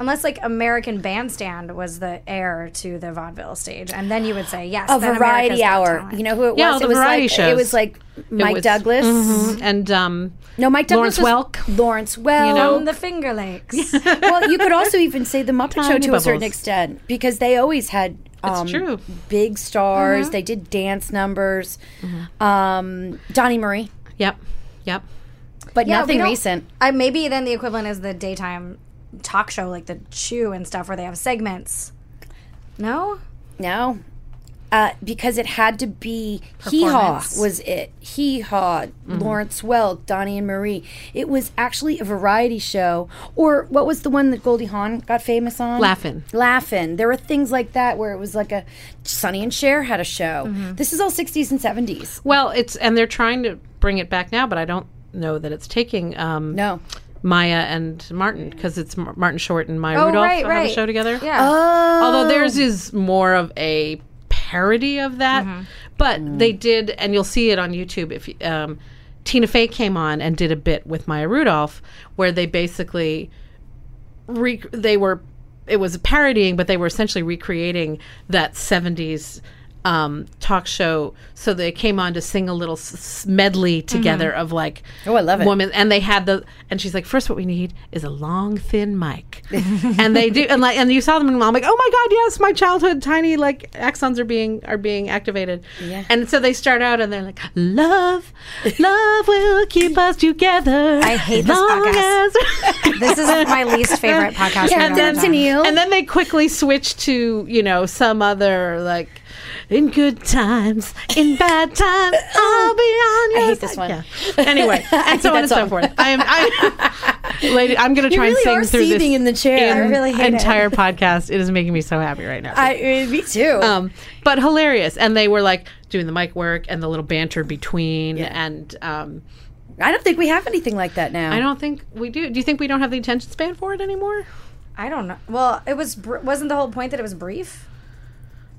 Speaker 3: Unless like American Bandstand was the heir to the vaudeville stage, and then you would say yes.
Speaker 1: A variety hour. You know who it
Speaker 2: Yeah,
Speaker 1: was?
Speaker 2: the
Speaker 1: it was
Speaker 2: variety
Speaker 1: like
Speaker 2: shows.
Speaker 1: it was like Mike
Speaker 2: was-
Speaker 1: Douglas.
Speaker 3: Mm-hmm.
Speaker 2: and um
Speaker 1: No, Mike
Speaker 2: Lawrence
Speaker 1: Douglas. was-
Speaker 2: Welk.
Speaker 1: Lawrence Welk.
Speaker 2: know?
Speaker 3: from the Finger Lakes.
Speaker 1: well, you could also even say the Muppet Show
Speaker 2: Tiny
Speaker 1: to a certain
Speaker 2: Bubbles.
Speaker 1: extent because they always had. Um,
Speaker 2: true. Mm-hmm.
Speaker 1: Big stars. They did dance numbers. Um, Donnie Murray,
Speaker 2: yep yep
Speaker 1: but
Speaker 3: Yeah, we
Speaker 1: nothing
Speaker 3: don't-
Speaker 1: recent.
Speaker 3: I maybe then the equivalent is the daytime talk show, like the Chew and stuff, where they have segments. No,
Speaker 1: No. Uh, because it had to be Hee Haw
Speaker 3: Performance.
Speaker 1: was it. Hee Haw,
Speaker 2: Mm-hmm.
Speaker 1: Lawrence Welk, Donnie and Marie. It was actually a variety show. Or what was the one that Goldie Hawn got famous on?
Speaker 2: Laugh-In.
Speaker 1: Laughing. There were things like that where it was like a Sonny and Cher had a show.
Speaker 2: Mm-hmm.
Speaker 1: This is all 60s and 70s.
Speaker 2: well it's and they're trying to bring it back now but i don't know that it's taking um
Speaker 1: No.
Speaker 2: maya and martin because it's M- martin short and maya rudolph
Speaker 3: Oh, right,
Speaker 2: have
Speaker 3: right.
Speaker 2: a show together
Speaker 3: yeah,
Speaker 1: Oh.
Speaker 2: although theirs is more of a parody of that but
Speaker 1: Mm.
Speaker 2: they did and you'll see it on youtube if you- um, tina fey came on and did a bit with maya rudolph where they basically re- they were it was parodying, but they were essentially recreating that '70s um, talk show. So they came on to sing a little s- s- medley together of like,
Speaker 1: Oh, I love it.
Speaker 2: woman, and they had the and she's like, first, what we need is a long, thin mic, and they do, and like, and you saw them, and I'm like, oh my god, yes, my childhood tiny like axons are being are being activated,
Speaker 1: Yeah.
Speaker 2: and so they start out and they're like, love, love will keep us together.
Speaker 3: I hate this
Speaker 2: long
Speaker 3: podcast.
Speaker 2: as-
Speaker 3: This is my least favorite podcast.
Speaker 1: Yeah,
Speaker 3: we've ever
Speaker 1: that's
Speaker 3: done.
Speaker 1: an eel.
Speaker 2: and then they quickly switch to, you know, some other like in good times, in bad times, I'll be on your
Speaker 1: hate this
Speaker 2: side."
Speaker 1: one.
Speaker 2: Yeah. Anyway, and so on
Speaker 1: hate that
Speaker 2: and so
Speaker 1: song.
Speaker 2: forth. I am I lady, I'm gonna try
Speaker 1: really are
Speaker 2: and sing through
Speaker 1: seething
Speaker 2: this
Speaker 1: in the chair.
Speaker 3: I really hate it.
Speaker 2: entire podcast. It is making me so happy right now.
Speaker 1: I, uh, me too.
Speaker 2: um, but hilarious. And they were like doing the mic work and the little banter between
Speaker 1: Yeah.
Speaker 2: and um,
Speaker 1: I don't think we have anything like that now.
Speaker 2: I don't think we do. Do you think we don't have the attention span for it anymore?
Speaker 3: I don't know. Well, it was br- wasn't the whole point that it was brief?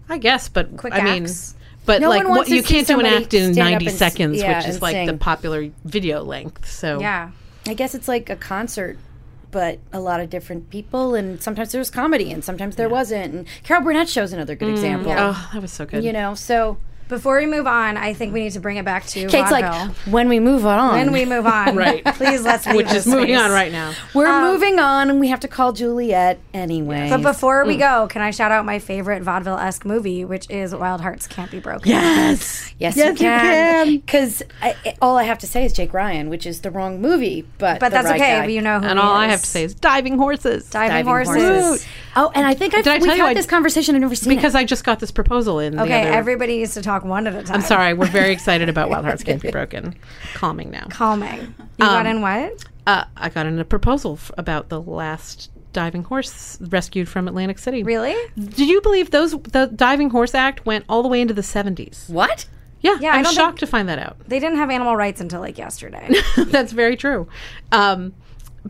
Speaker 2: I guess, but
Speaker 3: Quick
Speaker 2: I mean,
Speaker 3: acts.
Speaker 2: but
Speaker 1: No
Speaker 2: like
Speaker 1: one
Speaker 2: what,
Speaker 1: wants to
Speaker 2: you
Speaker 1: see
Speaker 2: can't do an
Speaker 1: somebody
Speaker 2: act in
Speaker 1: stand up
Speaker 2: 90
Speaker 1: and s-
Speaker 2: seconds,
Speaker 1: yeah,
Speaker 2: which is
Speaker 1: and
Speaker 2: like the
Speaker 1: sing.
Speaker 2: popular video length. So
Speaker 3: Yeah.
Speaker 1: I guess it's like a concert, but a lot of different people, and sometimes there's comedy, and sometimes there wasn't. And Carol Burnett show's another
Speaker 3: Mm,
Speaker 1: good example.
Speaker 2: Oh, that was so good.
Speaker 1: You know, so
Speaker 3: Before we move on, I think we need to bring it back to
Speaker 1: Kate's
Speaker 3: vaudeville.
Speaker 1: like, when we move on,
Speaker 3: when we move on,
Speaker 2: Right.
Speaker 3: Please let's leave
Speaker 2: Which is
Speaker 3: this
Speaker 2: moving
Speaker 3: space.
Speaker 2: on right now.
Speaker 1: we're moving on, and we have to call Juliet anyway.
Speaker 3: um, But before
Speaker 2: Mm.
Speaker 3: we go, can I shout out my favorite vaudeville esque movie, which is Wild Hearts Can't Be Broken?
Speaker 2: Yes. Yes,
Speaker 1: yes,
Speaker 2: you
Speaker 1: you can, because all I have to say is Jake Ryan, which is the wrong movie, but
Speaker 3: But
Speaker 1: the
Speaker 3: that's
Speaker 1: right
Speaker 3: okay.
Speaker 1: guy.
Speaker 3: You know who
Speaker 2: And
Speaker 3: he
Speaker 2: all I
Speaker 3: is.
Speaker 2: have to say is diving horses.
Speaker 3: diving,
Speaker 1: Diving
Speaker 3: horses.
Speaker 1: Horses. Oh, and I think I've,
Speaker 2: Did I
Speaker 1: we've
Speaker 2: tell you
Speaker 1: had
Speaker 2: I-
Speaker 1: this conversation. I've never seen
Speaker 2: because
Speaker 1: it.
Speaker 2: I just got this proposal in.
Speaker 3: Okay,
Speaker 2: the other,
Speaker 3: everybody needs to talk one at a time.
Speaker 2: I'm sorry. We're very excited about Wild Hearts Can't Be Broken. Calming now.
Speaker 3: Calming. You got in what?
Speaker 2: Uh, I got in a proposal f- about the last diving horse rescued from Atlantic City.
Speaker 3: Really?
Speaker 2: Do you believe those the Diving Horse Act went all the way into the 70s?
Speaker 1: what?
Speaker 2: Yeah,
Speaker 3: Yeah, I
Speaker 2: I'm
Speaker 3: don't
Speaker 2: shocked to find that out.
Speaker 3: They didn't have animal rights until like yesterday.
Speaker 2: That's very true. Um,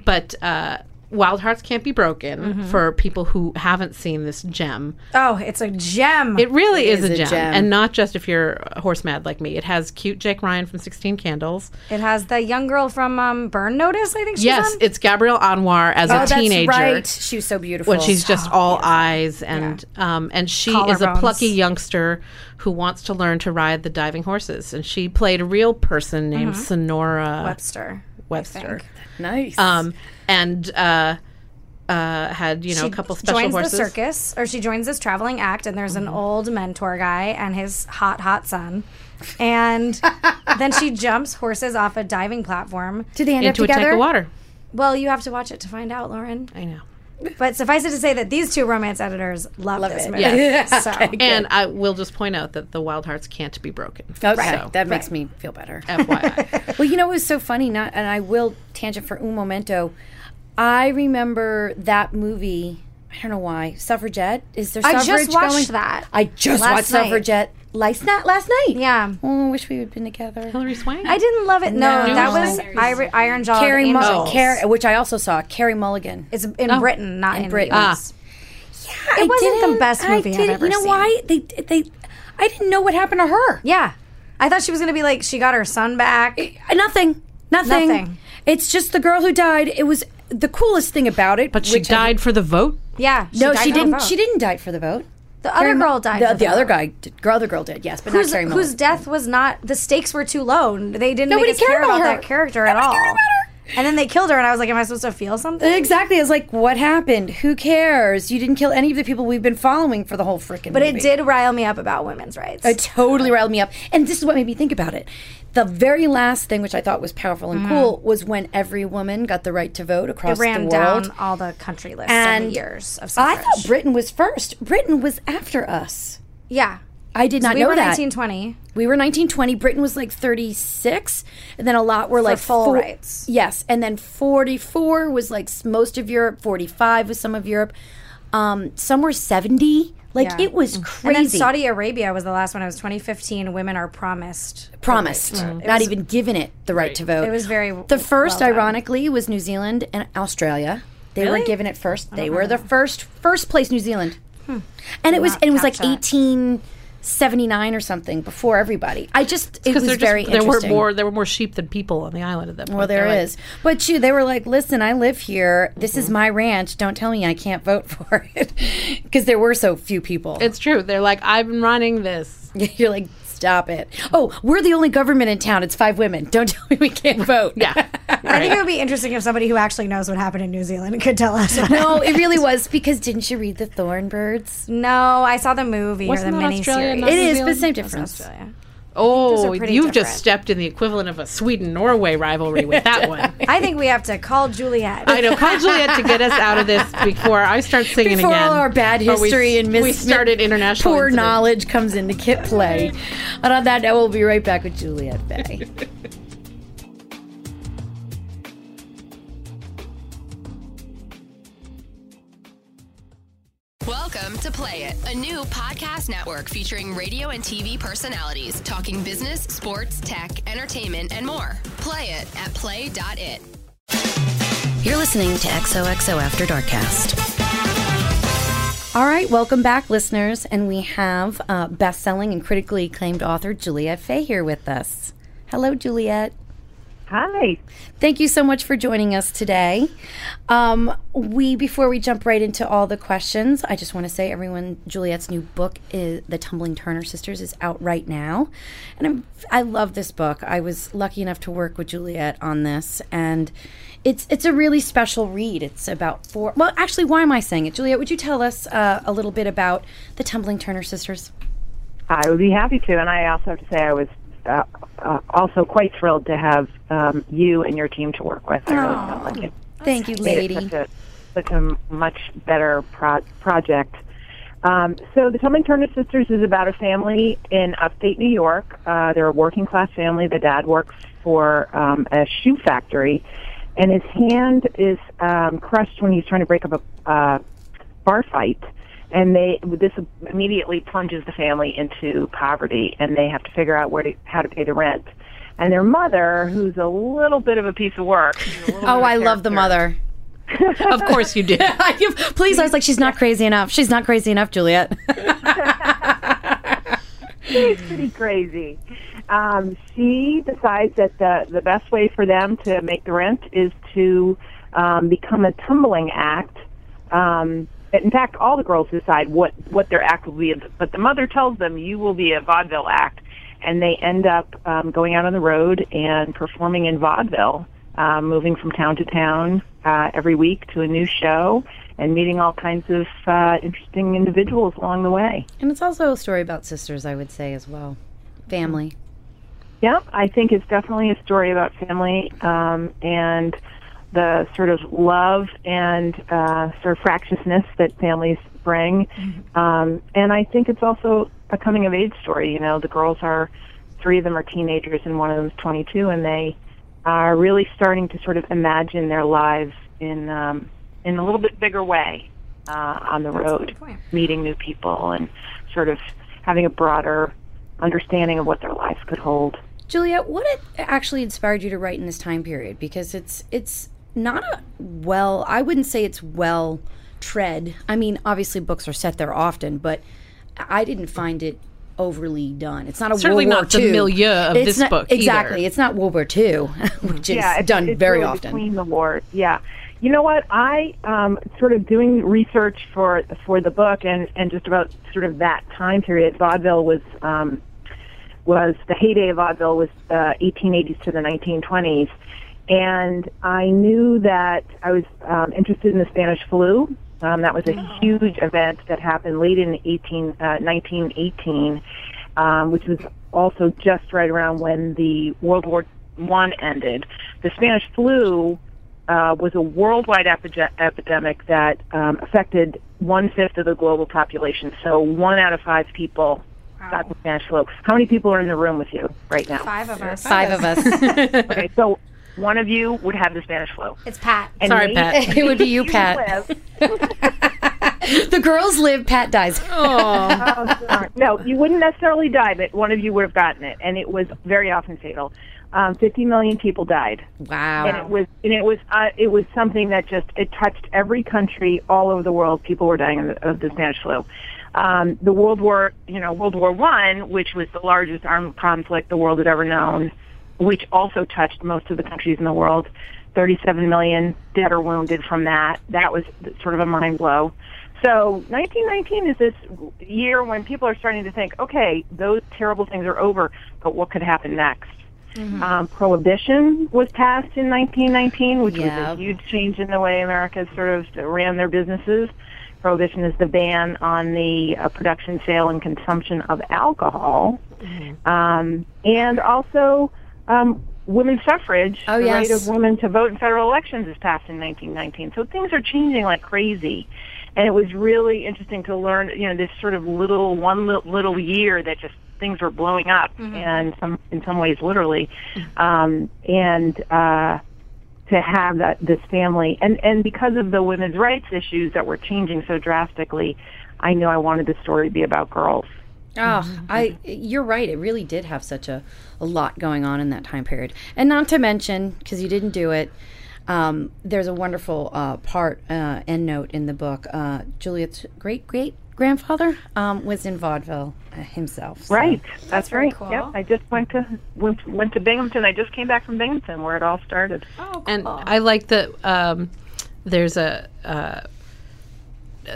Speaker 2: but uh, Wild Hearts Can't Be Broken for people who haven't seen this gem.
Speaker 3: oh, it's a gem.
Speaker 2: It really is,
Speaker 1: is
Speaker 2: a,
Speaker 1: a
Speaker 2: gem,
Speaker 1: gem.
Speaker 2: and not just if you're a horse mad like me. It has cute Jake Ryan from 16 Candles.
Speaker 3: It has the young girl from um, Burn Notice, I think she's
Speaker 2: yes,
Speaker 3: on.
Speaker 2: it's Gabrielle Anwar as
Speaker 1: Oh,
Speaker 2: a teenager.
Speaker 1: that's right. She was so beautiful.
Speaker 2: When she's just all eyes, and um, and she is a
Speaker 3: Collarbones.
Speaker 2: plucky youngster who wants to learn to ride the diving horses. And she played a real person named Sonora
Speaker 3: Webster.
Speaker 2: Webster.
Speaker 1: nice.
Speaker 2: um, and uh, uh, had you know a couple special
Speaker 3: joins
Speaker 2: horses. Mm-hmm.
Speaker 3: the circus, or she joins this traveling act, and there's an old mentor guy and his hot, hot son. And then she jumps horses off a diving platform.
Speaker 1: Did they end
Speaker 2: into
Speaker 1: up
Speaker 2: a tank
Speaker 1: together?
Speaker 2: of water.
Speaker 3: Well, you have to watch it to find out, Lauren.
Speaker 2: I know.
Speaker 3: But suffice it to say that these two romance editors love, this
Speaker 1: it.
Speaker 3: movie.
Speaker 1: Yes.
Speaker 3: So.
Speaker 2: And I will just point out that the wild hearts can't be broken.
Speaker 1: Okay,
Speaker 2: So,
Speaker 1: that makes me feel better.
Speaker 2: FYI.
Speaker 1: Well, you know, it was so funny. Not, and I will tangent for un momento. I remember that movie. I don't know why. Suffragette. Is there?
Speaker 3: I
Speaker 1: Suffrage
Speaker 3: just watched
Speaker 1: going?
Speaker 3: that
Speaker 1: I just
Speaker 3: last
Speaker 1: watched
Speaker 3: night.
Speaker 1: Suffragette last night. Last night.
Speaker 3: Yeah.
Speaker 1: Oh, I wish we had been together.
Speaker 2: Hillary Swank.
Speaker 3: I didn't love it. No,
Speaker 2: No.
Speaker 3: that
Speaker 2: No.
Speaker 3: was Ira- Iron Jaw.
Speaker 1: Carrie, Mul-
Speaker 3: Angels.
Speaker 1: Carrie, which I also saw. Carrie Mulligan.
Speaker 3: It's in Britain, not Oh. in,
Speaker 1: Britain.
Speaker 3: The
Speaker 2: Ah.
Speaker 3: US. it wasn't the
Speaker 1: didn't-
Speaker 3: best
Speaker 1: I
Speaker 3: movie I've
Speaker 1: didn't-
Speaker 3: ever
Speaker 1: You know
Speaker 3: seen.
Speaker 1: why they they? I didn't know what happened to her.
Speaker 3: Yeah. I thought she was going to be like, she got her son back.
Speaker 1: Uh, Nothing. Nothing.
Speaker 3: Nothing.
Speaker 1: It's just the girl who died. It was the coolest thing about it.
Speaker 2: but she
Speaker 1: which I-
Speaker 2: died for the vote.
Speaker 3: Yeah.
Speaker 1: No,
Speaker 3: died
Speaker 1: she
Speaker 3: for the
Speaker 1: didn't.
Speaker 3: vote.
Speaker 1: She didn't die for the vote.
Speaker 3: The other girl died.
Speaker 1: The,
Speaker 3: for
Speaker 1: the, other
Speaker 3: vote.
Speaker 1: guy, did, girl- other girl did. Yes, but
Speaker 3: Whose,
Speaker 1: not Carrie
Speaker 3: whose
Speaker 1: Mulligan.
Speaker 3: death was not, the stakes were too low. They didn't
Speaker 1: Nobody
Speaker 3: make us care
Speaker 1: cared
Speaker 3: about
Speaker 1: about her.
Speaker 3: that character at all.
Speaker 1: Nobody cared about
Speaker 3: And then they killed her, and I was like, am I supposed to feel something?
Speaker 1: Exactly. I was like, what happened? Who cares? You didn't kill any of the people we've been following for the whole freaking.
Speaker 3: But it did rile me up about women's rights.
Speaker 1: It totally riled me up. And this is what made me think about it. The very last thing, which I thought was powerful and cool, was when every woman got the right to vote across
Speaker 3: ran
Speaker 1: the world.
Speaker 3: down all the country lists and
Speaker 1: And
Speaker 3: of years of
Speaker 1: I
Speaker 3: suffrage.
Speaker 1: thought Britain was first. Britain was after us.
Speaker 3: yeah.
Speaker 1: I did not
Speaker 3: we
Speaker 1: know
Speaker 3: were
Speaker 1: that.
Speaker 3: 1920.
Speaker 1: we were 1920 britain was like 36 and then a lot were like
Speaker 3: full
Speaker 1: four-
Speaker 3: rights.
Speaker 1: yes and then 44 was like s- most of europe 45 was some of europe um some were 70 like
Speaker 3: Yeah. Mm.
Speaker 1: it was
Speaker 3: And
Speaker 1: crazy
Speaker 3: then Saudi Arabia was the last one. It was 2015. Women are promised.
Speaker 1: promised not even given it the right, to vote
Speaker 3: It was very.
Speaker 1: the first
Speaker 3: well done.
Speaker 1: ironically was new zealand and australia they
Speaker 3: Really?
Speaker 1: were given it
Speaker 3: Hmm.
Speaker 1: first they were the first first place new zealand and it was and it was like
Speaker 3: catch that.
Speaker 1: 18 79 or something before everybody. I just it
Speaker 2: because
Speaker 1: was
Speaker 2: there
Speaker 1: very
Speaker 2: just, there were
Speaker 1: interesting.
Speaker 2: more there were more sheep than people on the island at that point.
Speaker 1: Well, there
Speaker 2: They're like, Mm-hmm.
Speaker 1: is. But you, they were like, listen, I live here. This is my ranch. Don't tell me I can't vote for it. Because there were so few people.
Speaker 2: it's true. They're like, I'm running this.
Speaker 1: You're like, stop it. Oh, we're the only government in town. It's five women. Don't tell me we can't vote.
Speaker 2: Yeah,
Speaker 3: I think it would be interesting if somebody who actually knows what happened in New Zealand could tell us.
Speaker 1: No, it really was because didn't you read The Thorn Birds?
Speaker 3: no, I saw the movie
Speaker 2: Wasn't
Speaker 3: or the
Speaker 2: that
Speaker 3: miniseries.
Speaker 2: Australia, not
Speaker 1: It
Speaker 2: New
Speaker 1: is,
Speaker 2: Zealand?
Speaker 1: but
Speaker 3: It
Speaker 1: same
Speaker 3: was in
Speaker 1: difference.
Speaker 3: Australia.
Speaker 2: Oh, you've
Speaker 3: pretty
Speaker 2: just
Speaker 3: different.
Speaker 2: stepped in the equivalent of a Sweden Norway rivalry with that one.
Speaker 3: I think we have to call Juliet.
Speaker 2: I know. Call Juliet to get us out of this before I start singing
Speaker 1: Before
Speaker 2: again.
Speaker 1: all our bad
Speaker 2: Or we-
Speaker 1: history and mis-
Speaker 2: we started international
Speaker 1: poor
Speaker 2: incidents.
Speaker 1: knowledge comes into kit play. and on that note, we'll be right back with Juliet Bay.
Speaker 4: Welcome to Play It, a new podcast network featuring radio and TV personalities talking business, sports, tech, entertainment, and more. Play it at play.it.
Speaker 1: You're listening to XOXO After Darkcast. All right, welcome back, listeners, and we have uh, best-selling and critically acclaimed author Juliet Fay here with us. Hello, Juliet.
Speaker 5: Hi.
Speaker 1: Thank you so much for joining us today. Um, we before we jump right into all the questions, I just want to say everyone, Juliet's new book is The Tumbling Turner Sisters is out right now, and I'm, I love this book. I was lucky enough to work with Juliet on this, and it's it's a really special read. It's about four. Well, actually, why am I saying it, Juliet? Would you tell us uh, a little bit about the Tumbling Turner Sisters?
Speaker 5: I would be happy to. And I also have to say I was uh, uh, also quite thrilled to have um, you and your team to work with. I really felt like it
Speaker 1: Thank you,
Speaker 5: made
Speaker 1: lady.
Speaker 5: it such a, such a much better pro- project. Um, so the Tumming Turner sisters is about a family in upstate New York. Uh, they're a working class family. The dad works for um, a shoe factory, and his hand is um, crushed when he's trying to break up a uh, bar fight. And they this immediately plunges the family into poverty, and they have to figure out where to how to pay the rent. And their mother, who's a little bit of a piece of work, she's a little
Speaker 1: Oh, I love the mother.
Speaker 2: Of course you did.
Speaker 1: Please, I was like, she's not crazy enough. She's not crazy enough, Juliet.
Speaker 5: pretty crazy. Um, she decides that the the best way for them to make the rent is to um, become a tumbling act. Um, in fact, all the girls decide what what their act will be, but the mother tells them, "You will be a vaudeville act," and they end up um, going out on the road and performing in vaudeville, um, moving from town to town uh, every week to a new show, and meeting all kinds of uh, interesting individuals along the way.
Speaker 1: And it's also a story about sisters, I would say, as well. Family.
Speaker 5: Yeah, I think it's definitely a story about family um, and the sort of love and uh, sort of fractiousness that families bring. Um, and I think it's also a coming of age story. You know, the girls are, three of them are teenagers and one of them is 22, and they are really starting to sort of imagine their lives in, um, in a little bit bigger way uh, on the road,
Speaker 3: point.
Speaker 5: meeting new people and sort of having a broader understanding of what their lives could hold.
Speaker 1: Juliet, what it actually inspired you to write in this time period? Because it's it's not a well I wouldn't say it's well tread. I mean, obviously books are set there often, but I didn't find it overly done. It's not a
Speaker 2: Certainly
Speaker 1: World War
Speaker 2: not the
Speaker 1: II.
Speaker 2: milieu of
Speaker 1: It's
Speaker 2: this
Speaker 1: not-
Speaker 2: book either.
Speaker 1: Exactly. It's not World War II, which is
Speaker 5: it's-
Speaker 1: done
Speaker 5: it's
Speaker 1: very
Speaker 5: really
Speaker 1: often.
Speaker 5: Between the wars, yeah. You know what? I um, sort of doing research for for the book and and just about sort of that time period. Vaudeville was um, was the heyday of vaudeville was uh, 1880s to the 1920s, and I knew that I was um, interested in the Spanish flu. Um, that was a huge event that happened late in 18, uh, 1918, um, which was also just right around when the World War One ended. The Spanish flu uh, was a worldwide epige- epidemic that um, affected one fifth of the global population. So one out of five people got the Spanish flu. How many people are in the room with you right now?
Speaker 3: Five of us.
Speaker 1: Five of us.
Speaker 5: Okay, so one of you would have the Spanish flu.
Speaker 3: It's Pat.
Speaker 5: And
Speaker 2: Sorry,
Speaker 5: they-
Speaker 2: Pat.
Speaker 1: it would be you, Pat.
Speaker 5: Live,
Speaker 1: The girls live, Pat dies.
Speaker 2: Oh,
Speaker 5: uh, no, you wouldn't necessarily die, but one of you would have gotten it, and it was very often fatal. Um, Fifty million people died, and
Speaker 1: Wow.
Speaker 5: it was and it was uh, it was something that just it touched every country all over the world. People were dying of the, of the Spanish flu. um, the World War, you know, World War One, which was the largest armed conflict the world had ever known, which also touched most of the countries in the world. 37 million dead or wounded from that. That was sort of a mind blow. So 1919 is this year when people are starting to think, okay, those terrible things are over, but what could happen next? Um, Prohibition was passed in 1919, which
Speaker 1: Yeah.
Speaker 5: was a huge change in the way America sort of ran their businesses. Prohibition is the ban on the uh, production, sale, and consumption of alcohol, um, and also um, women's suffrage.
Speaker 1: Oh,
Speaker 5: the
Speaker 1: yes.
Speaker 5: right of women to vote in federal elections is passed in 1919. So things are changing like crazy. And it was really interesting to learn, you know, this sort of little one li- little year that just things were blowing up,
Speaker 1: Mm-hmm.
Speaker 5: and some in some ways literally, um, and uh, to have that this family, and and because of the women's rights issues that were changing so drastically, I knew I wanted the story to be about girls.
Speaker 1: Oh, I you're right. It really did have such a, a lot going on in that time period, and not to mention because you didn't do it. Um, there's a wonderful uh, part uh, end note in the book. Uh, Juliet's great great grandfather um, was in vaudeville uh, himself. so-
Speaker 5: Right, that's,
Speaker 3: very
Speaker 5: right.
Speaker 3: cool.
Speaker 5: Yep, I just went to went, went to Binghamton. I just came back from Binghamton, where it all started.
Speaker 2: And I like that um, there's a uh,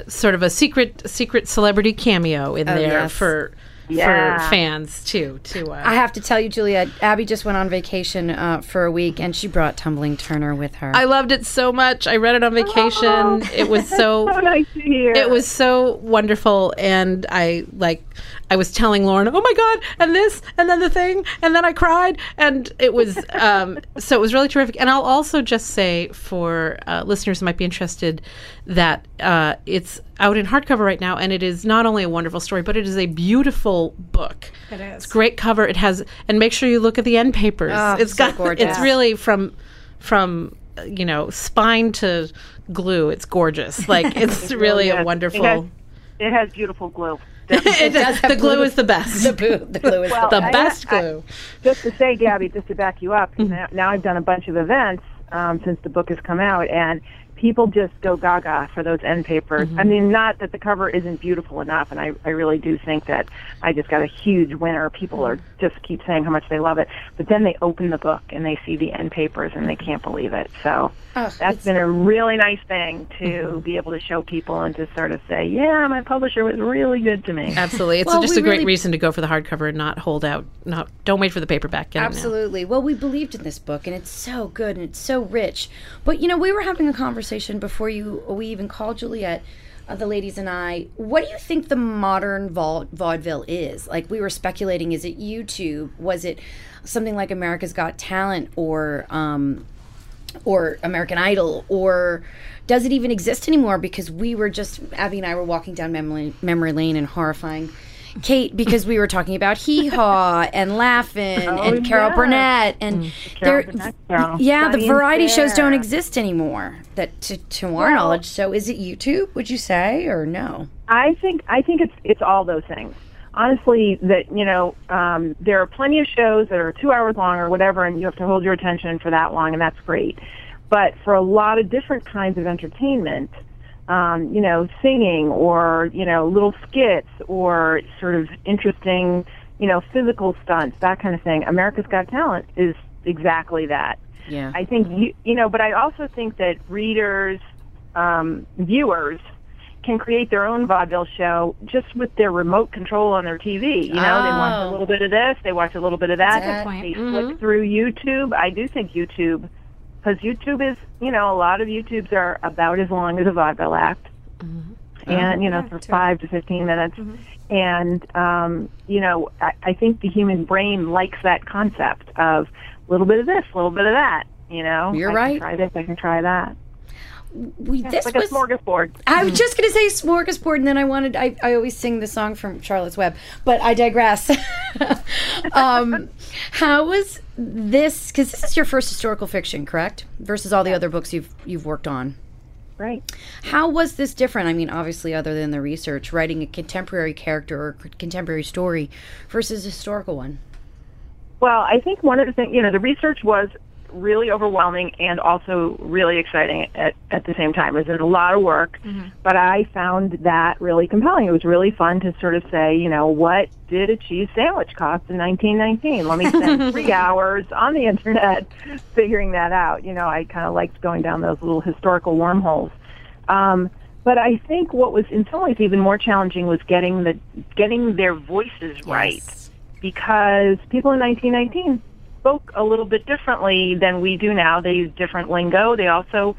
Speaker 2: sort of a secret secret celebrity cameo in there
Speaker 1: yes.
Speaker 2: for
Speaker 5: Yeah.
Speaker 2: for fans too. To uh,
Speaker 1: I have to tell you, Juliet. Abby just went on vacation uh, for a week, and she brought Tumbling Turner with her.
Speaker 2: I loved it so much. I read it on vacation. it was
Speaker 5: Oh. So Oh, nice to hear.
Speaker 2: It was so wonderful, and I like. I was telling Lauren, "Oh my god!" and this, and then the thing, and then I cried, and it was um, so. It was really terrific. And I'll also just say for uh, listeners who might be interested that uh, it's out in hardcover right now, and it is not only a wonderful story, but it is a beautiful book. It
Speaker 3: is.
Speaker 2: It's great cover. It has, and make sure you look at the end papers. it's
Speaker 1: Oh, so
Speaker 2: got.
Speaker 1: gorgeous.
Speaker 2: It's really from from uh, you know spine to glue it's gorgeous like it's really a
Speaker 5: Yes.
Speaker 2: wonderful
Speaker 5: It has, it has beautiful glue. Definitely.
Speaker 2: It does- the glue is the best
Speaker 1: the boo, the glue is
Speaker 5: Well,
Speaker 2: the
Speaker 5: I-
Speaker 2: best
Speaker 5: I-
Speaker 2: glue
Speaker 5: just to say, Gabby, just to back you up, now, now I've done a bunch of events um, since the book has come out, and people just go gaga for those end papers. I mean, not that the cover isn't beautiful enough, and I, I really do think that I just got a huge winner. People are just keep saying how much they love it, but then they open the book and they see the end papers and they can't believe it. So that's been a really nice thing to be able to show people and to sort of say, yeah, my publisher was really good to me.
Speaker 2: absolutely it's
Speaker 1: Well,
Speaker 2: just
Speaker 1: we
Speaker 2: a great
Speaker 1: really-
Speaker 2: reason to go for the hardcover and not hold out not don't wait for the paperback Get it now.
Speaker 1: Absolutely. Well, we believed in this book, and it's so good and it's so rich. But you know, we were having a conversation before you we even called Juliet. Uh, the ladies and I, what do you think the modern vau- vaudeville is? Like we were speculating, is it YouTube? Was it something like America's Got Talent or um, or American Idol, or does it even exist anymore? Because we were just Abby and I were walking down memory memory lane and horrifying Kate because we were talking about Hee Haw and Laughing and Carol
Speaker 5: Oh, yeah. Mm.
Speaker 1: Burnett and
Speaker 5: Carol
Speaker 1: there-
Speaker 5: Burnett show.
Speaker 1: yeah, the
Speaker 5: Sonny and
Speaker 1: variety shows don't
Speaker 5: Cher.
Speaker 1: exist anymore. That to, to our knowledge. So is it YouTube? Would you say or no?
Speaker 5: I think I think it's it's all those things. Honestly, that you know, um, there are plenty of shows that are two hours long or whatever, and you have to hold your attention for that long, and that's great. But for a lot of different kinds of entertainment, um, you know, singing or you know, little skits or sort of interesting, you know, physical stunts, that kind of thing. America's Got Talent is exactly that.
Speaker 1: Yeah.
Speaker 5: I think you, you know, but I also think that readers, um, viewers, can create their own vaudeville show just with their remote control on their TV. You know, they watch
Speaker 1: Oh.
Speaker 5: a little bit of this, they watch a little bit of that.
Speaker 3: That's a good Mm-hmm.
Speaker 5: They flick through YouTube. I do think YouTube, because YouTube is, you know, a lot of YouTubes are about as long as a vaudeville act
Speaker 3: Mm-hmm.
Speaker 5: and you know for five to fifteen minutes and um, you know I, I think the human brain likes that concept of a little bit of this a little bit of that you know
Speaker 1: You're
Speaker 5: I
Speaker 1: right.
Speaker 5: can try this i can try that
Speaker 1: we, this
Speaker 5: like
Speaker 1: was
Speaker 5: a smorgasbord
Speaker 1: I was just going to say smorgasbord, and then I wanted, I, I always sing the song from Charlotte's Web, but I digress. um, how was this, because this is your first historical fiction, correct? Versus all the other books you've, you've worked on.
Speaker 5: right
Speaker 1: How was this different? I mean, obviously, other than the research, writing a contemporary character or c- contemporary story versus a historical one.
Speaker 5: Well, I think one of the things, you know, the research was really overwhelming and also really exciting at, at the same time. It was a lot of work, but I found that really compelling. It was really fun to sort of say, you know, what did a cheese sandwich cost in 1919? Let me spend three hours on the internet figuring that out. You know, I kind of liked going down those little historical wormholes. Um, but I think what was in some ways even more challenging was getting the getting their voices right because people in 1919 spoke a little bit differently than we do now. They used different lingo. They also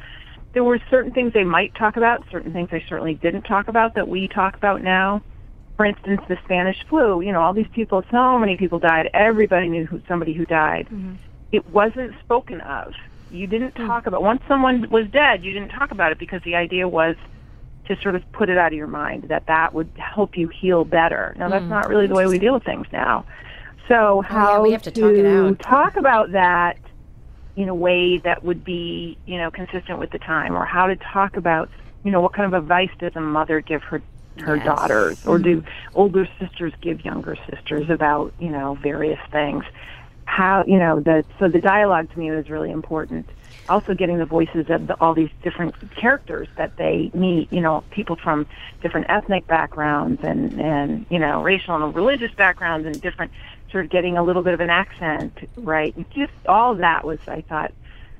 Speaker 5: there were certain things they might talk about, certain things they certainly didn't talk about that we talk about now. For instance, the Spanish flu. You know, all these people, so many people died. Everybody knew who, somebody who died. It wasn't spoken of. You didn't talk about once someone was dead. You didn't talk about it because the idea was to sort of put it out of your mind that that would help you heal better. Now
Speaker 1: Mm.
Speaker 5: that's not really the way we deal with things now. So how
Speaker 1: Oh, we have to talk it out.
Speaker 5: talk about that in a way that would be you know consistent with the time, or how to talk about you know what kind of advice does a mother give her her daughters, or
Speaker 1: Mm.
Speaker 5: do older sisters give younger sisters about you know various things. How you know the so the dialogue to me was really important. Also, getting the voices of the, all these different characters that they meet, you know, people from different ethnic backgrounds and and you know racial and religious backgrounds and different sort of getting a little bit of an accent right. Just all that was, I thought,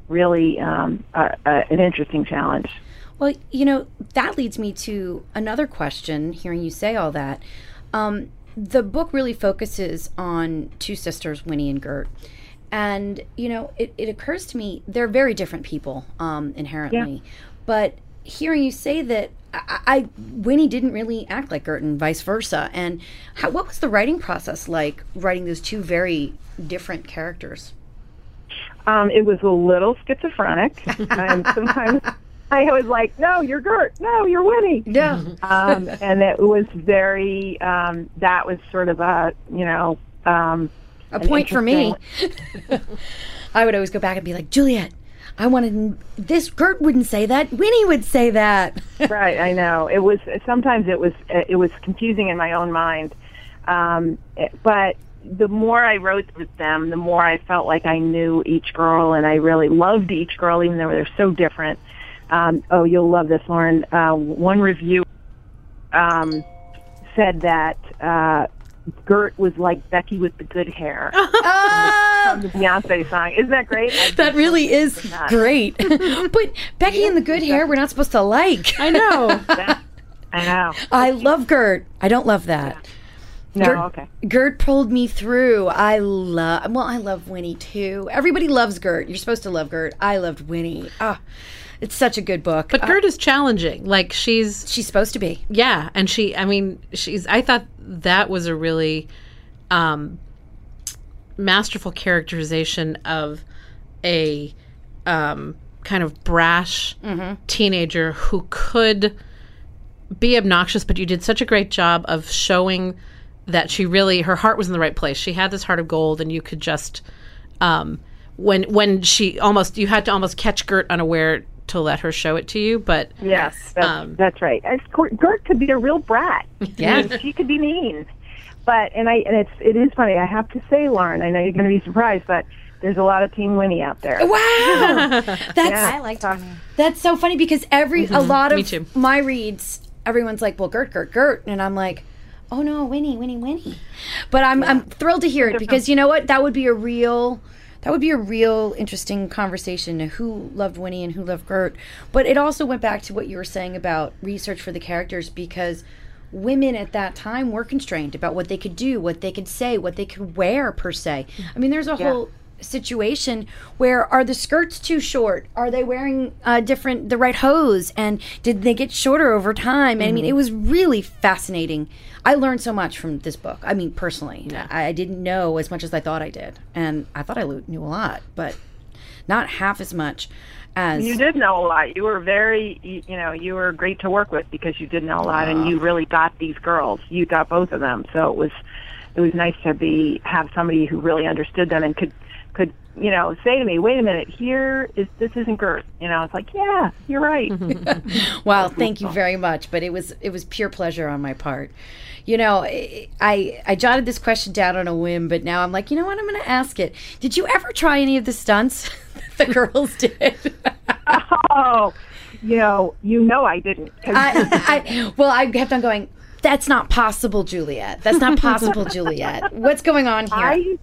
Speaker 5: really um, a, a, an interesting challenge.
Speaker 1: Well, you know, that leads me to another question, hearing you say all that. Um, the book really focuses on two sisters, Winnie and Gert. And, you know, it, it occurs to me they're very different people um, inherently. But hearing you say that, I, I Winnie didn't really act like Gert and vice versa. And how, what was the writing process like writing those two very different characters?
Speaker 5: Um, it was a little schizophrenic, and sometimes I was like, "No, you're Gert. No, you're Winnie."
Speaker 1: Yeah.
Speaker 5: um, and it was very. Um, that was sort of a you know. Um,
Speaker 1: a point for me. I would always go back and be like, Juliet, I wanted this. Gert wouldn't say that. Winnie would say that.
Speaker 5: right i know it was sometimes it was it was confusing in my own mind um it- but the more i wrote with them the more i felt like i knew each girl and i really loved each girl even though they're so different um oh you'll love this lauren uh one review um said that uh Gert was like Becky with the good hair from the Beyonce song. Isn't that great? I
Speaker 1: that really is great. but Becky and the good hair, we're not supposed to like.
Speaker 2: I know.
Speaker 5: I know.
Speaker 1: I love Gert. I don't love that.
Speaker 5: No, okay.
Speaker 1: Gert pulled me through. I love. Well, I love Winnie too. Everybody loves Gert. You're supposed to love Gert. I loved Winnie. Ah, it's such a good book.
Speaker 2: but
Speaker 1: Uh,
Speaker 2: Gert is challenging. Like she's
Speaker 1: she's supposed to be.
Speaker 2: Yeah, and she I mean, she's I thought that was a really um masterful characterization of a um kind of brash teenager who could be obnoxious, but you did such a great job of showing that she really her heart was in the right place. She had this heart of gold and you could just um when when she almost you had to almost catch Gert unaware to let her show it to you, but
Speaker 5: Yes, that's, that's right. And Cor- Gert could be a real brat.
Speaker 1: Yeah.
Speaker 5: I mean, she could be mean. But and I and it's it is funny. I have to say, Lauren, I know you're going to be surprised, but there's a lot of Team Winnie out there.
Speaker 1: Wow, that's
Speaker 3: I liked Winnie.
Speaker 1: That's so funny because every a lot of
Speaker 2: Mm-hmm. Me too.
Speaker 1: my reads, everyone's like, "Well, Gert, Gert, Gert," and I'm like, "Oh no, Winnie, Winnie, Winnie." But I'm I'm thrilled to hear it because you know what? That would be a real that would be a real interesting conversation who loved Winnie and who loved Gert. But it also went back to what you were saying about research for the characters because women at that time were constrained about what they could do, what they could say, what they could wear per se. I mean, there's a whole situation where are the skirts too short? Are they wearing uh, different the right hose? And did they get shorter over time? And I mean, it was really fascinating. I learned so much from this book. I mean, personally, I, I didn't know as much as I thought I did, and I thought I lo- knew a lot, but not half as much as
Speaker 5: You did know a lot. You were very, you, you know, you were great to work with because you did know a lot, and you really got these girls. You got both of them, so it was, it was nice to be have somebody who really understood them and could, could, you know, say to me, "Wait a minute, here is this isn't Gert." You know, it's like, yeah, you're right.
Speaker 1: Well, thank you very much, but it was it was pure pleasure on my part. You know, I I- I jotted this question down on a whim, but now I'm like, you know what? I'm going to ask it. Did you ever try any of the stunts the girls did.
Speaker 5: Oh, you know, you know I didn't. 'cause
Speaker 1: I, I, well, I kept on going. That's not possible, Juliet. That's not possible, Juliet. What's going on here?
Speaker 5: I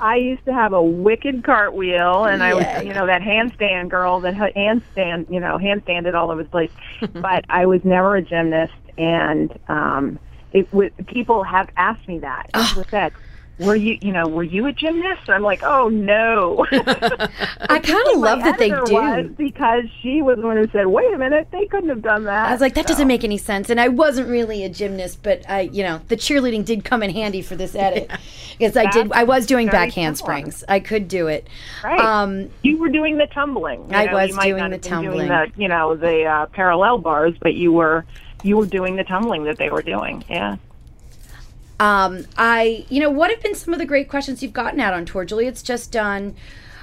Speaker 5: I used to have a wicked cartwheel, and I
Speaker 1: Yeah.
Speaker 5: was, you know, that handstand girl that ha- handstand, you know, handstanded all over the place. but I was never a gymnast, and um, it w- people have asked me that. People said, "Were you, you know, were you a gymnast?" And I'm like, "Oh no."
Speaker 1: I kind of love that they
Speaker 5: Editor
Speaker 1: do.
Speaker 5: was because she was the one who said, "Wait a minute, they couldn't have done that."
Speaker 1: I was like, that doesn't make any sense. And I wasn't really a gymnast, but I, you know, the cheerleading did come in handy for this edit because I did. I was doing
Speaker 5: very
Speaker 1: back handsprings. I could do it.
Speaker 5: Right.
Speaker 1: Um,
Speaker 5: you were doing the tumbling. You
Speaker 1: I
Speaker 5: know,
Speaker 1: was
Speaker 5: you might
Speaker 1: doing
Speaker 5: not
Speaker 1: the
Speaker 5: have been
Speaker 1: tumbling.
Speaker 5: Doing the, you know the uh, parallel bars, but you were you were doing the tumbling that they were doing. Yeah.
Speaker 1: um, I, you know, what have been some of the great questions you've gotten out on tour? Juliet's just done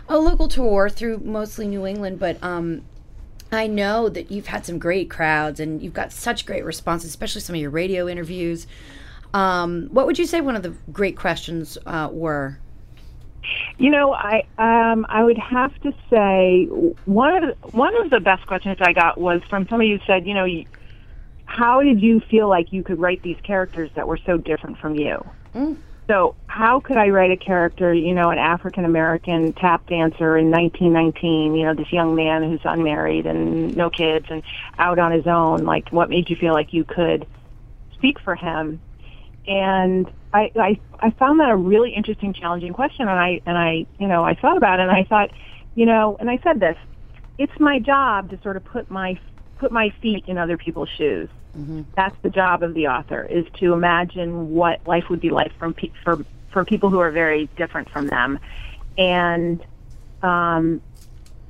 Speaker 1: a local tour through mostly New England, but um, I know that you've had some great crowds and you've got such great responses, especially some of your radio interviews. Um, what would you say one of the great questions uh, were?
Speaker 5: You know, I um, I would have to say one of the, one of the best questions I got was from somebody who said, you know, you- how did you feel like you could write these characters that were so different from you? So how could I write a character, you know, an African American tap dancer in 1919, you know, this young man who's unmarried and no kids and out on his own? Like, what made you feel like you could speak for him? and I, I I found that a really interesting, challenging question, and I and I you know I thought about it, and I thought, you know, and I said this, it's my job to sort of put my put my feet in other people's shoes. That's the job of the author is to imagine what life would be like from pe- for for people who are very different from them, and um,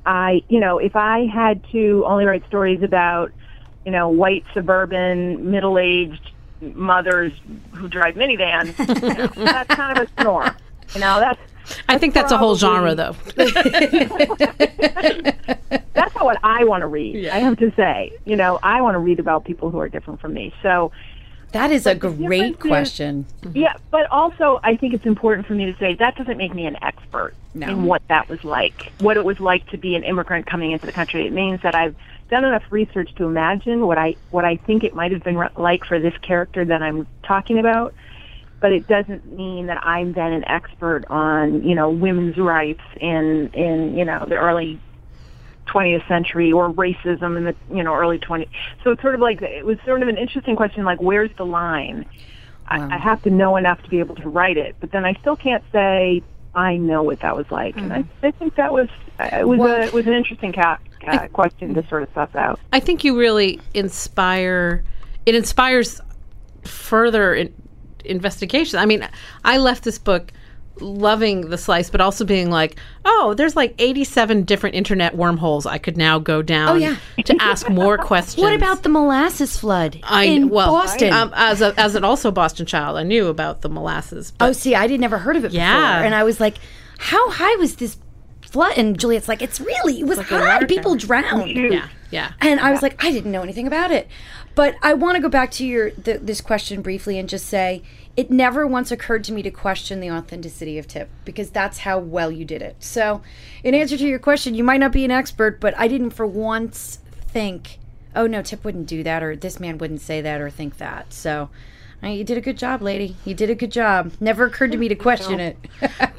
Speaker 5: I, you know, if I had to only write stories about, you know, white suburban middle-aged mothers who drive minivan, you know, that's kind of a snore. You know, that's
Speaker 2: I think that's a whole genre,
Speaker 5: probably-
Speaker 2: though.
Speaker 5: that's not what I want to read. I have to say, you know, I want to read about people who are different from me. So,
Speaker 1: That is a great
Speaker 5: difference is-
Speaker 1: question.
Speaker 5: yeah, but also I think it's important for me to say that doesn't make me an expert in what that was like, what it was like to be an immigrant coming into the country. It means that I've done enough research to imagine what I what I think it might have been re- like for this character that I'm talking about. But it doesn't mean that I'm then an expert on you know women's rights in in you know the early 20th century or racism in the you know early 20s. So it's sort of like it was sort of an interesting question like where's the line? I, I have to know enough to be able to write it, but then I still can't say I know what that was like. And
Speaker 2: Mm-hmm.
Speaker 5: I, I think that was uh, it was a, it was an interesting ca- ca- question to sort of suss out.
Speaker 2: I think you really inspire. It inspires further in, investigation. I mean, I left this book loving the slice, but also being like, oh, there's like 87 different internet wormholes I could now go down. Oh,
Speaker 1: yeah.
Speaker 2: to ask more questions.
Speaker 1: What about the molasses flood
Speaker 2: I,
Speaker 1: in
Speaker 2: well,
Speaker 1: Boston?
Speaker 2: Um, as a, as an also Boston child, I knew about the molasses. But
Speaker 1: oh, see, I did never heard of it
Speaker 2: Yeah.
Speaker 1: before, and I was like, "How high was this flood?" And Juliet's like, "It's really it was high.
Speaker 2: water
Speaker 1: People drowned."
Speaker 2: yeah, yeah.
Speaker 1: And I was like, I didn't know anything about it. But I want to go back to your th- this question briefly and just say it never once occurred to me to question the authenticity of Tip because that's how well you did it. So, in answer to your question, you might not be an expert, but I didn't for once think, oh no, Tip wouldn't do that, or this man wouldn't say that, or think that. So, I you did a good job, lady. You did a good job. Never occurred to me to question it.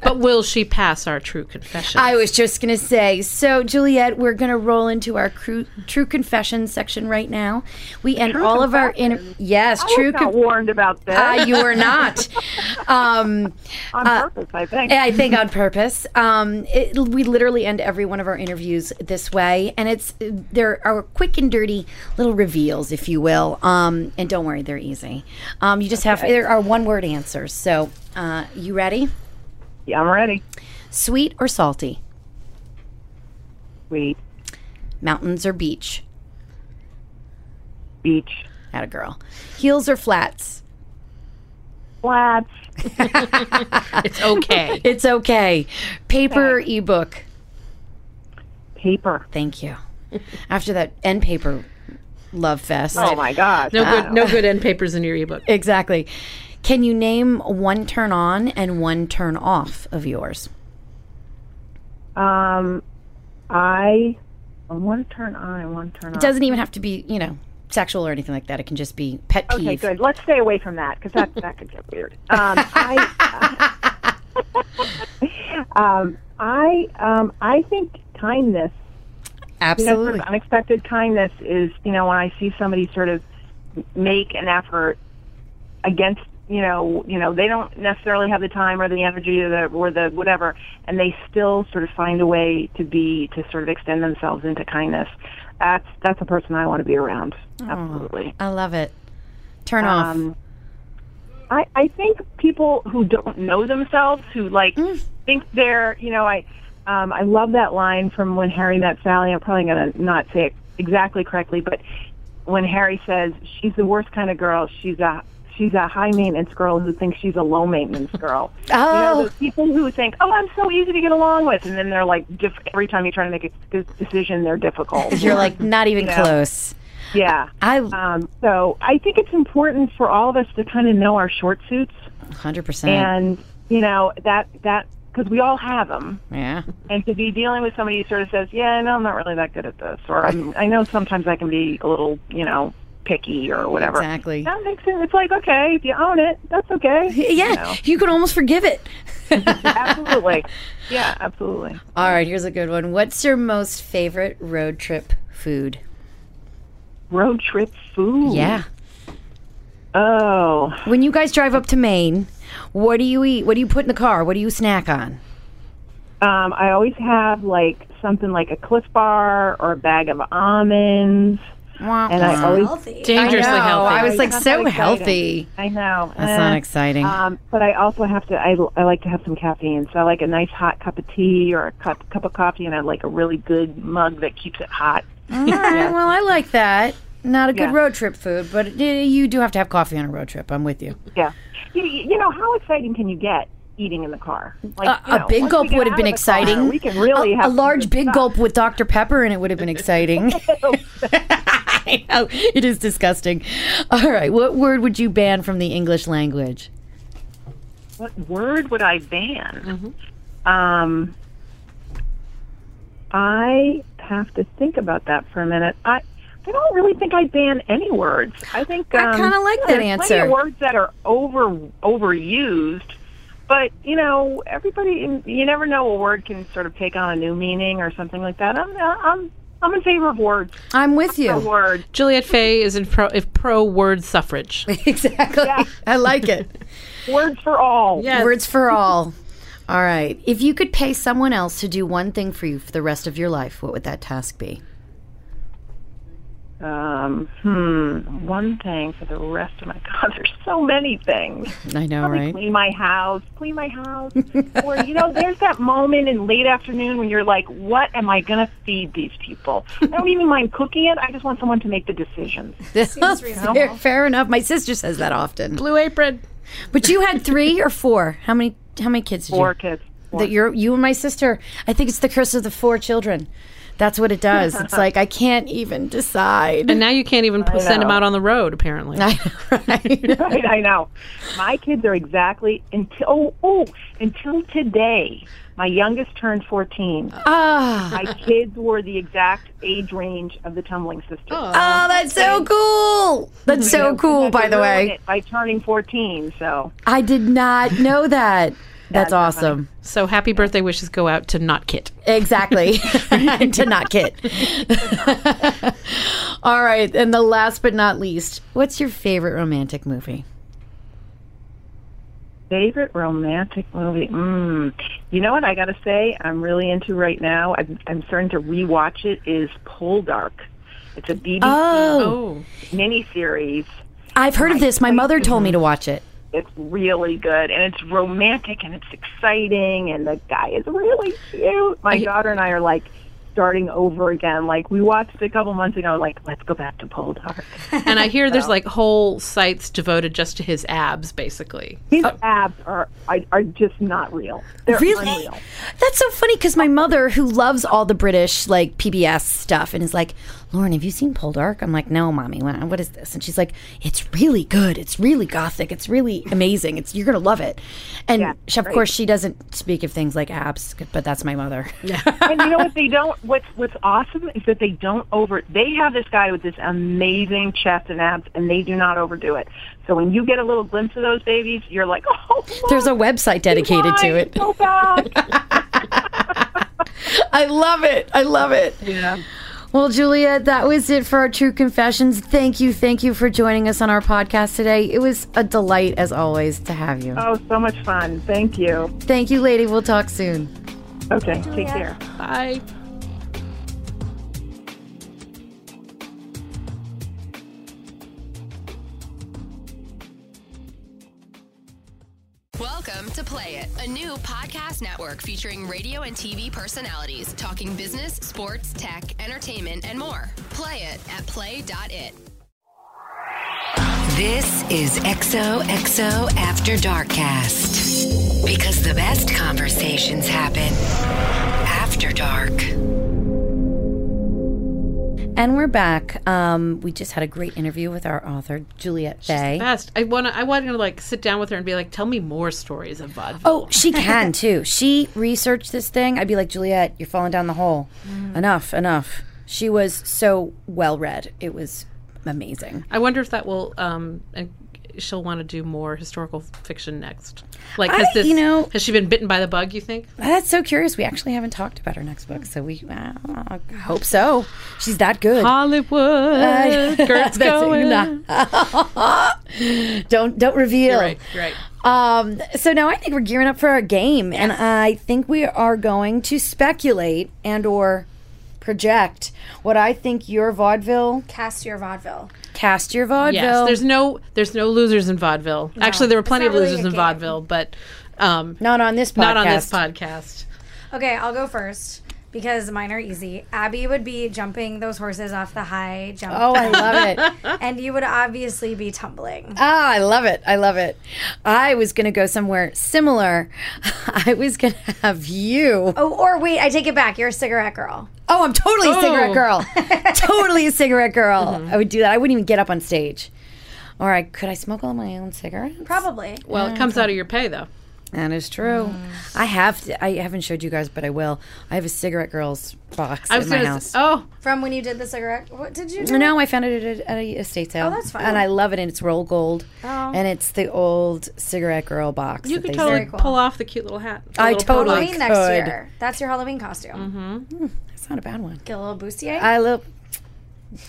Speaker 2: But will she pass our true confession?
Speaker 1: I was just going to say. So, Juliet, we're going to roll into our cru- true confession section right now. We end all of our inter- yes,
Speaker 5: I
Speaker 1: true
Speaker 5: was not
Speaker 1: confession.
Speaker 5: warned about this
Speaker 1: Uh, you were not. um, eh,
Speaker 5: on
Speaker 2: uh,
Speaker 5: purpose, I think.
Speaker 1: I think on purpose. Um, it, we literally end every one of our interviews this way, and it's there are quick and dirty little reveals, if you will. Um, and don't worry, they're easy. Um, you just have there are one word answers. So, uh, you ready?
Speaker 5: yeah, I'm ready.
Speaker 1: Sweet or salty?
Speaker 5: Sweet
Speaker 1: Mountains or beach?
Speaker 5: beach
Speaker 1: Had a girl. Heels or flats?
Speaker 5: flats.
Speaker 2: it's okay.
Speaker 1: It's okay. Paper or ebook?
Speaker 5: Paper.
Speaker 1: Thank you. After that end paper love fest.
Speaker 5: Oh my gosh.
Speaker 2: No good, no good end papers in your ebook.
Speaker 1: Exactly. Can you name one turn on and one turn off of yours?
Speaker 5: Um, I, I want to turn on. I want to turn on.
Speaker 1: Doesn't even have to be, you know, sexual or anything like that. It can just be pet peeve.
Speaker 5: Okay, good. Let's stay away from that because that that could get weird. Um, I, uh, um, I, um, I think kindness, you know, sort
Speaker 1: Absolutely.
Speaker 5: of unexpected kindness, is you know when I see somebody sort of make an effort against you know you know they don't necessarily have the time or the energy or the or the whatever, and they still sort of find a way to be to sort of extend themselves into kindness. That's that's a person I want to be around. Absolutely.
Speaker 1: I love it. Turn off.
Speaker 5: Um, I, I think people who don't know themselves, who like
Speaker 1: Mm.
Speaker 5: think they're, you know, I, um, I love that line from when Harry met Sally. I'm probably gonna not say it exactly correctly, but when Harry says she's the worst kind of girl, she's a she's a high maintenance girl who thinks she's a low maintenance girl. You know,
Speaker 1: Oh,
Speaker 5: those people who think, oh, I'm so easy to get along with, and then they're like, diff- every time you try to make a d- decision, they're difficult.
Speaker 1: you're like not even close.
Speaker 5: yeah.
Speaker 1: I
Speaker 5: Um, so I think it's important for all of us to kind of know our short suits,
Speaker 1: 100%.
Speaker 5: and you know that that because we all have them,
Speaker 1: yeah.
Speaker 5: and to be dealing with somebody who sort of says, "Yeah, no, I'm not really that good at this," or I'm, "I know sometimes I can be a little, you know, picky or whatever."
Speaker 1: Exactly.
Speaker 5: That makes it. It's like okay, if you own it, that's okay.
Speaker 1: Yeah,
Speaker 5: You know?
Speaker 1: you can almost forgive it.
Speaker 5: absolutely. Yeah, absolutely.
Speaker 1: All right, here's a good one. What's your most favorite road trip food?
Speaker 5: Road trip food.
Speaker 1: Yeah.
Speaker 5: Oh,
Speaker 1: When you guys drive up to Maine, what do you eat? What do you put in the car? What do you snack on?
Speaker 5: Um, I always have like something like a Cliff Bar or a bag of almonds,
Speaker 1: Wah,
Speaker 5: and I
Speaker 1: wah.
Speaker 5: always
Speaker 2: Dangerously
Speaker 1: I know,
Speaker 2: healthy.
Speaker 1: I was like
Speaker 5: That's
Speaker 1: so
Speaker 5: not exciting.
Speaker 1: healthy. Uh,
Speaker 5: I know
Speaker 1: That's
Speaker 5: eh.
Speaker 1: not exciting.
Speaker 5: Um, but I also have to. I, I like to have some caffeine, so I like a nice hot cup of tea or a cup cup of coffee, and I like a really good mug that keeps it hot.
Speaker 1: All right, well, I like that. Not a good
Speaker 5: Yeah.
Speaker 1: road trip food, but uh, you do have to have coffee on a road trip. I'm with you.
Speaker 5: Yeah, you, you know how exciting can you get eating in the car? Like
Speaker 1: A-
Speaker 5: you
Speaker 1: a
Speaker 5: know,
Speaker 1: big
Speaker 5: Uh, once
Speaker 1: gulp
Speaker 5: we get
Speaker 1: would have
Speaker 5: out
Speaker 1: been
Speaker 5: of the car,
Speaker 1: exciting.
Speaker 5: we can really
Speaker 1: a,
Speaker 5: have
Speaker 1: a
Speaker 5: some
Speaker 1: large
Speaker 5: good
Speaker 1: big
Speaker 5: stuff.
Speaker 1: gulp with Dr. Pepper, and it would have been exciting. I know it is disgusting. All right, what word would you ban from the English language?
Speaker 5: What word would I ban?
Speaker 1: Mm-hmm.
Speaker 5: Um, I have to think about that for a minute. I I don't really think I ban any words. I think
Speaker 1: I
Speaker 5: um,
Speaker 1: kinda like
Speaker 5: you know,
Speaker 1: that
Speaker 5: there's
Speaker 1: answer.
Speaker 5: Plenty of words that are over overused, but you know, everybody you never know a word can sort of take on a new meaning or something like that. I'm I'm I'm in favor of words.
Speaker 1: I'm with
Speaker 5: A
Speaker 1: you.
Speaker 5: word.
Speaker 2: Juliet Fay is in pro if pro word suffrage.
Speaker 1: Exactly.
Speaker 5: Yeah.
Speaker 1: I like it.
Speaker 5: Words for all.
Speaker 2: Yes.
Speaker 1: Words for all. All right. If you could pay someone else to do one thing for you for the rest of your life, what would that task be?
Speaker 5: Um, hmm. One thing for the rest of my God. There's so many things.
Speaker 1: I know,
Speaker 5: Probably
Speaker 1: right?
Speaker 5: clean my house, clean my house. or, you know, there's that moment in late afternoon when you're like, what am I going to feed these people? I don't even mind cooking it. I just want someone to make the decisions.
Speaker 1: This is fair, fair enough. My sister says that often.
Speaker 2: Blue apron.
Speaker 1: But you had three or four? How many? How many kids did you?
Speaker 5: Four kids.
Speaker 1: that you're you and my sister i think it's the curse of the four children that's what it does it's like i can't even decide
Speaker 2: And now you can't even p- send them
Speaker 5: know.
Speaker 2: out on the road, apparently.
Speaker 1: Right?
Speaker 5: Right, I know. My kids are exactly until oh, oh until today. My youngest turned 14.
Speaker 1: Ah,
Speaker 5: My kids were the exact age range of the tumbling sisters.
Speaker 1: oh, that's so cool that's so cool by the
Speaker 5: Ruined
Speaker 1: way
Speaker 5: it by turning 14, so
Speaker 1: i did not know that that's awesome
Speaker 2: So happy birthday wishes go out to not Kit.
Speaker 1: exactly And to not kid all right and the last but not least what's your favorite romantic movie
Speaker 5: Favorite romantic movie? Mm. You know what I got to say? I'm really into right now. I'm, I'm starting to rewatch it. Is Poldark? It's a BBC
Speaker 2: Oh.
Speaker 5: miniseries.
Speaker 1: i've heard of this my mother told me to watch it
Speaker 5: It's really good and it's romantic and it's exciting and the guy is really cute. My daughter and I are like starting over again. Like we watched it a couple months ago. Like let's go back to Poldark.
Speaker 2: And I hear there's like whole sites devoted just to his abs, basically.
Speaker 5: His abs are, are are just not real. They're
Speaker 1: Really?
Speaker 5: unreal.
Speaker 1: That's so funny because my mother, who loves all the British like PBS stuff, and is like, Lauren, have you seen Poldark? I'm like, no, mommy. What what is this? And she's like, it's really good. It's really gothic. It's really amazing. It's you're gonna love it. And she- of course, she doesn't speak of things like abs, but that's my mother.
Speaker 5: and you know what they don't what's what's awesome is that they don't over they have this guy with this amazing chest and abs and they do not overdo it so when you get a little glimpse of those babies you're like oh look,
Speaker 1: There's a website dedicated
Speaker 5: why
Speaker 1: to it.
Speaker 5: so bad
Speaker 1: I love it. I love it.
Speaker 2: Yeah.
Speaker 1: Well, Julia, that was it for our True Confessions. Thank you. Thank you for joining us on our podcast today. It was a delight, as always, to have you.
Speaker 5: oh so much fun thank you
Speaker 1: Thank you, lady. We'll talk soon.
Speaker 5: okay take care
Speaker 2: Bye.
Speaker 4: Welcome to Play It, a new podcast network featuring radio and TV personalities talking business, sports, tech, entertainment, and more. Play it at play.it.
Speaker 6: This is XOXO After Darkcast. Because the best conversations happen after dark.
Speaker 1: And we're back. Um, we just had a great interview with our author, Juliet Fay.
Speaker 2: Best. I want to. I want to like sit down with her and be like, tell me more stories of vaudeville.
Speaker 1: Oh, she can too. She researched this thing. I'd be like, Juliet, you're falling down the hole. Enough, enough. She was so well read. It was amazing.
Speaker 2: I wonder if that will. Um, and she'll want to do more historical fiction next. Like, has
Speaker 1: I-
Speaker 2: this?
Speaker 1: you know-
Speaker 2: has she been bitten by the bug? You think?
Speaker 1: That's so curious. We actually haven't talked about her next book, so we uh, hope so. She's that good.
Speaker 2: Hollywood. Gert's
Speaker 1: That's it.
Speaker 2: going.
Speaker 1: Nah. don't don't reveal.
Speaker 2: You're right. You're right.
Speaker 1: Um, so now I think we're gearing up for our game, and I think we are going to speculate and or project what I think your vaudeville
Speaker 3: Cast your vaudeville.
Speaker 1: cast your vaudeville.
Speaker 2: Yes, there's no there's no losers in vaudeville. Actually, there were plenty of
Speaker 3: not really
Speaker 2: losers
Speaker 3: a
Speaker 2: in
Speaker 3: game.
Speaker 2: vaudeville, but um,
Speaker 1: not on this podcast.
Speaker 2: not on this podcast.
Speaker 3: Okay, I'll go first because mine are easy. Abby would be jumping those horses off the high jump,
Speaker 1: Oh, I love it.
Speaker 3: and you would obviously be tumbling.
Speaker 1: Ah, I love it. I love it. I was going to go somewhere similar. I was going to have you.
Speaker 3: Oh, or wait, I take it back. You're a cigarette girl.
Speaker 1: Oh, I'm totally a cigarette
Speaker 2: Oh.
Speaker 1: girl. totally a cigarette girl. I would do that. I wouldn't even get up on stage. All right, could I smoke all my own cigarettes?
Speaker 3: Probably.
Speaker 2: Well, it comes out of your pay though.
Speaker 1: That is true. I have. To, I haven't showed you guys, but I will. I have a cigarette girls box
Speaker 2: I
Speaker 1: in my
Speaker 2: gonna
Speaker 1: house.
Speaker 2: s- oh,
Speaker 3: From when you did the cigarette, what did you do?
Speaker 1: No, I found it at a, at a estate sale.
Speaker 3: Oh, that's fine.
Speaker 1: And I love it. And it's roll gold. And it's the old cigarette girl box.
Speaker 2: you
Speaker 1: that
Speaker 2: could
Speaker 1: they
Speaker 2: totally
Speaker 1: sell.
Speaker 3: cool.
Speaker 2: pull off the cute little hat. the
Speaker 1: I
Speaker 2: little polo.
Speaker 1: totally-
Speaker 3: Halloween next
Speaker 1: could. Mm-hmm.
Speaker 3: year. That's your Halloween costume.
Speaker 1: It's not a bad one.
Speaker 3: Get a little bustier.
Speaker 1: I love.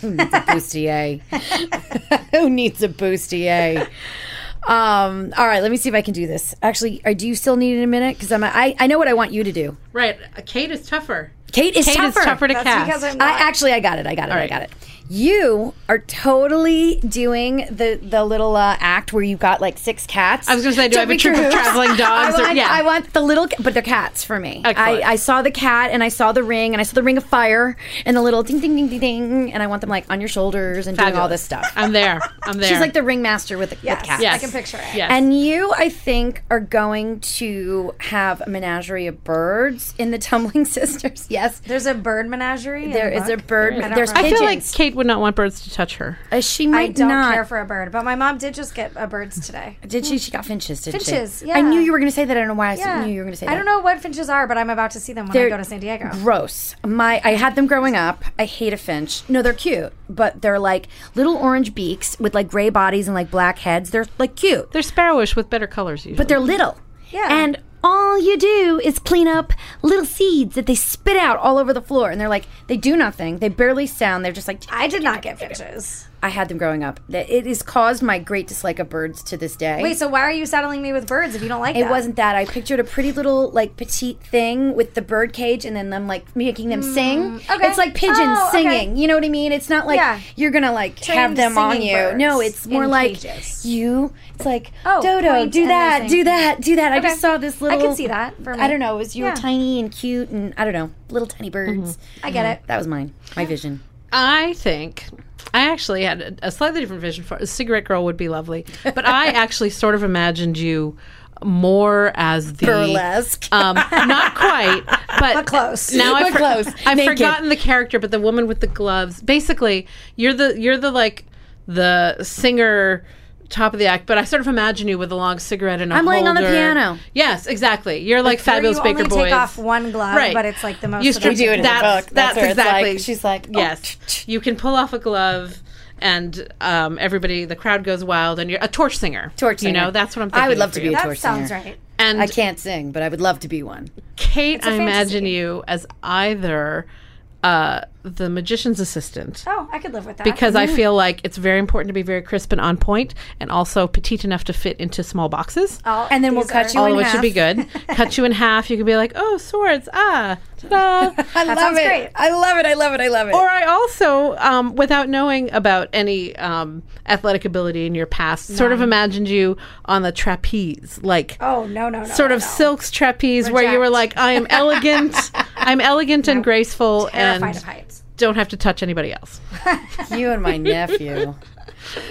Speaker 1: Who needs a bustier? Who needs a bustier? Um, all right, let me see if I can do this. Actually, I do you still need it in a minute? Because I'm I, I know what I want you to do.
Speaker 2: Right, uh, Kate is tougher.
Speaker 1: Kate is
Speaker 2: Kate
Speaker 1: tougher.
Speaker 2: is tougher to
Speaker 3: That's
Speaker 2: cast.
Speaker 3: because I'm
Speaker 1: I
Speaker 3: not.
Speaker 1: actually I got it. I got it. I
Speaker 2: right.
Speaker 1: got it. You are totally doing the the little uh, act where you got like six cats.
Speaker 2: I was gonna say, do I have a
Speaker 1: Don't
Speaker 2: troop
Speaker 1: be
Speaker 2: of
Speaker 1: curious.
Speaker 2: traveling
Speaker 1: I
Speaker 2: dogs? or-
Speaker 1: want,
Speaker 2: yeah.
Speaker 1: I want the little, ca- but they're cats for me. I,
Speaker 2: Excellent.
Speaker 1: I saw the cat and I saw the ring and I saw the ring of fire and the little ding ding ding ding ding and I want them like on your shoulders and doing all this stuff.
Speaker 2: I'm there. I'm there.
Speaker 1: She's like the ringmaster with the with
Speaker 3: Yes,
Speaker 1: cats.
Speaker 2: Yes.
Speaker 3: I can picture it.
Speaker 2: Yes.
Speaker 1: And you, I think, are going to have a menagerie of birds in the Tumbling Sisters. Yes,
Speaker 3: There's a bird menagerie. in
Speaker 1: there
Speaker 3: the
Speaker 1: is a
Speaker 3: book?
Speaker 1: bird.
Speaker 3: I don't
Speaker 1: There's
Speaker 3: remember.
Speaker 2: I
Speaker 1: pigeons.
Speaker 2: feel like Kate would not want birds to touch her.
Speaker 1: Uh, she
Speaker 3: I
Speaker 1: might
Speaker 3: don't
Speaker 1: not.
Speaker 3: care for a bird, but my mom did just get a bird's today.
Speaker 1: Did she? She got finches. Did
Speaker 3: Finches,
Speaker 1: She?
Speaker 3: yeah.
Speaker 1: I knew you were going to say that. I don't know why I knew you were going to say that.
Speaker 3: I don't know what finches are, but I'm about to see them when I
Speaker 1: They're
Speaker 3: go to San Diego.
Speaker 1: Gross. My, I had them growing up. I hate a finch. No, they're cute, but they're like little orange beaks with like gray bodies and like black heads. They're like cute,
Speaker 2: They're sparrowish with better colors usually.
Speaker 1: but they're little.
Speaker 3: Yeah.
Speaker 1: And all you do is clean up little seeds that they spit out all over the floor, and they're like they do nothing. They barely sound. They're just like
Speaker 3: I did not get finches.
Speaker 1: I had them growing up. That- It has caused my great dislike of birds to this day.
Speaker 3: Wait, so why are you saddling me with birds if you don't like
Speaker 1: It
Speaker 3: that?
Speaker 1: wasn't that. I pictured a pretty little like petite thing with the bird cage and then them like making them sing.
Speaker 3: okay.
Speaker 1: It's like pigeons
Speaker 3: Oh, okay.
Speaker 1: singing. You know what I mean? It's not like
Speaker 3: Yeah.
Speaker 1: you're gonna like have
Speaker 3: Trained
Speaker 1: them on
Speaker 3: singing
Speaker 1: you. No,
Speaker 3: birds
Speaker 1: it's more
Speaker 3: in
Speaker 1: like
Speaker 3: cages.
Speaker 1: you. It's like
Speaker 3: Oh,
Speaker 1: Dodo,
Speaker 3: point
Speaker 1: do
Speaker 3: and they
Speaker 1: that,
Speaker 3: sing.
Speaker 1: do that, do that. I
Speaker 3: Okay.
Speaker 1: just saw this
Speaker 3: I
Speaker 1: little.
Speaker 3: can see that for
Speaker 1: I
Speaker 3: me.
Speaker 1: don't know. It was you
Speaker 3: Yeah. Mm-hmm.
Speaker 1: were tiny and cute and I don't know little tiny birds.
Speaker 3: I get it.
Speaker 1: That was mine. My vision.
Speaker 2: I think I actually had a, a slightly different vision for a cigarette girl would be lovely, but I actually sort of imagined you more as the
Speaker 1: Burlesque.
Speaker 2: Um, not quite, but,
Speaker 3: But close.
Speaker 2: Now I've,
Speaker 1: But close.
Speaker 2: I've
Speaker 1: Naked.
Speaker 2: forgotten the character, but the woman with the gloves. Basically, you're the you're the like the singer. Top of the act, but I sort of imagine you with a long cigarette and a
Speaker 1: I'm laying on the
Speaker 2: holder.
Speaker 1: piano.
Speaker 2: Yes, exactly. You're like,
Speaker 3: where
Speaker 2: fabulous
Speaker 3: you
Speaker 2: Baker
Speaker 3: only
Speaker 2: Boys.
Speaker 3: take off one
Speaker 1: Um,
Speaker 3: glove,
Speaker 2: Right.
Speaker 3: but it's like the most.
Speaker 2: You
Speaker 3: of
Speaker 2: strip-
Speaker 3: the-
Speaker 1: do it in the
Speaker 2: that's-
Speaker 1: book. That's
Speaker 2: that's
Speaker 1: where it's like-
Speaker 2: exactly.
Speaker 1: she's like, oh,
Speaker 2: yes, you can pull off a glove, and um, everybody, the crowd goes wild, and you're a torch singer.
Speaker 1: Torch
Speaker 2: You
Speaker 1: singer.
Speaker 2: know, that's what I'm.
Speaker 1: I
Speaker 2: thinking
Speaker 1: would love
Speaker 2: for
Speaker 1: to
Speaker 2: you.
Speaker 1: be a
Speaker 3: that
Speaker 1: torch
Speaker 3: sounds
Speaker 1: singer.
Speaker 3: right.
Speaker 2: And
Speaker 1: I can't sing, but I would love to be one.
Speaker 2: Kate,
Speaker 3: a
Speaker 2: I imagine
Speaker 3: fantasy.
Speaker 2: you as either uh, the magician's assistant.
Speaker 3: Oh, I could live with that.
Speaker 2: Because
Speaker 1: Mm.
Speaker 2: I feel like it's very important to be very crisp and on point, and also petite enough to fit into small boxes.
Speaker 3: All
Speaker 1: And then we'll
Speaker 3: these
Speaker 1: cut
Speaker 3: are-
Speaker 1: you
Speaker 2: All
Speaker 1: in
Speaker 2: of which
Speaker 1: half.
Speaker 2: should be good. Cut you in half. You can be like, oh, swords, ah, ta-da.
Speaker 1: I love
Speaker 3: sounds
Speaker 1: it.
Speaker 3: great.
Speaker 1: I love it. I love it. I love it.
Speaker 2: Or I also, um, without knowing about any um, athletic ability in your past, sort of imagined you on the trapeze, like
Speaker 3: Oh no no no.
Speaker 2: sort
Speaker 3: no,
Speaker 2: of
Speaker 3: no.
Speaker 2: silks trapeze, where you were
Speaker 3: Reject.
Speaker 2: like, "I am elegant, I'm elegant and graceful,
Speaker 3: Terrified
Speaker 2: and
Speaker 3: of
Speaker 1: Oh
Speaker 3: heights.
Speaker 2: don't have to touch anybody else."
Speaker 1: you and my nephew.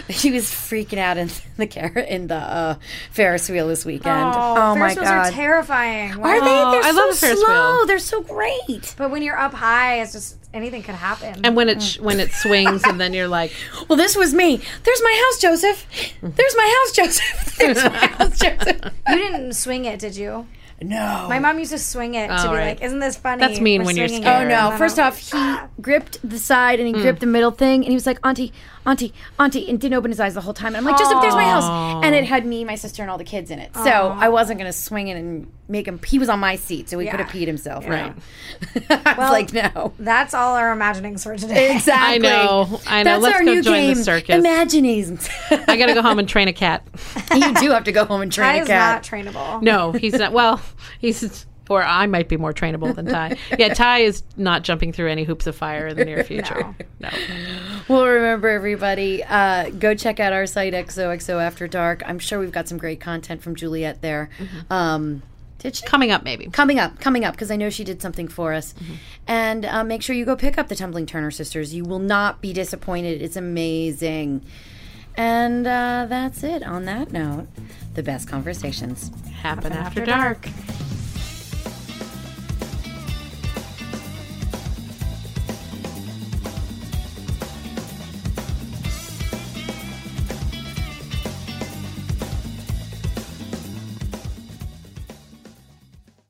Speaker 1: He was freaking out in the car in the uh, Ferris wheel this weekend. Oh, my
Speaker 3: Ferris wheels
Speaker 1: god!
Speaker 3: are terrifying. Wow.
Speaker 1: Are they?
Speaker 2: Oh,
Speaker 1: They're
Speaker 2: I
Speaker 1: so
Speaker 2: love the Ferris wheel.
Speaker 1: slow. They're so great.
Speaker 3: But when you're up high, it's just anything could happen.
Speaker 2: And when it sh- when it swings, and then you're like,
Speaker 1: Well, this was me. There's my house, Joseph. There's my house, Joseph. There's my house, Joseph.
Speaker 3: you didn't swing it, did you?
Speaker 1: No.
Speaker 3: My mom used to swing it to
Speaker 2: Oh,
Speaker 3: be
Speaker 2: right.
Speaker 3: like, "Isn't this funny?"
Speaker 2: That's mean
Speaker 3: We're
Speaker 2: when you're
Speaker 3: swinging it."
Speaker 2: scared.
Speaker 1: Oh no! First off, he gripped the side and he
Speaker 2: Mm.
Speaker 1: gripped the middle thing, and he was like, "Auntie, auntie, auntie," and didn't open his eyes the whole time. And I'm like, "Joseph, there's my house," and it had me, my sister, and all the kids in it. So I wasn't gonna swing it and make him. He was on my seat, so he could have peed himself. Right? I was like, no.
Speaker 3: That's all our imaginings for today.
Speaker 1: Exactly.
Speaker 2: I know, I know.
Speaker 1: That's
Speaker 2: Let's
Speaker 1: our
Speaker 2: go
Speaker 1: new
Speaker 2: join the
Speaker 1: game,
Speaker 2: circus.
Speaker 1: Imaginisms.
Speaker 2: "I gotta go home and train a cat."
Speaker 1: you do have to go home and
Speaker 3: That
Speaker 1: train a
Speaker 3: is not
Speaker 1: cat.
Speaker 3: trainable.
Speaker 2: No, he's not. Well, he's or I might be more trainable than Ty. Yeah, Ty is not jumping through any hoops of fire in the near future. no.
Speaker 1: well, remember everybody, uh, go check out our site XOXO After Dark. I'm sure we've got some great content from Juliet there. Um, did she?
Speaker 2: Coming up, maybe.
Speaker 1: coming up, coming up, because I know she did something for us. And uh, make sure you go pick up the Tumbling Turner Sisters. You will not be disappointed. It's amazing. And uh, that's it. On that note, the best conversations.
Speaker 2: Happen after dark.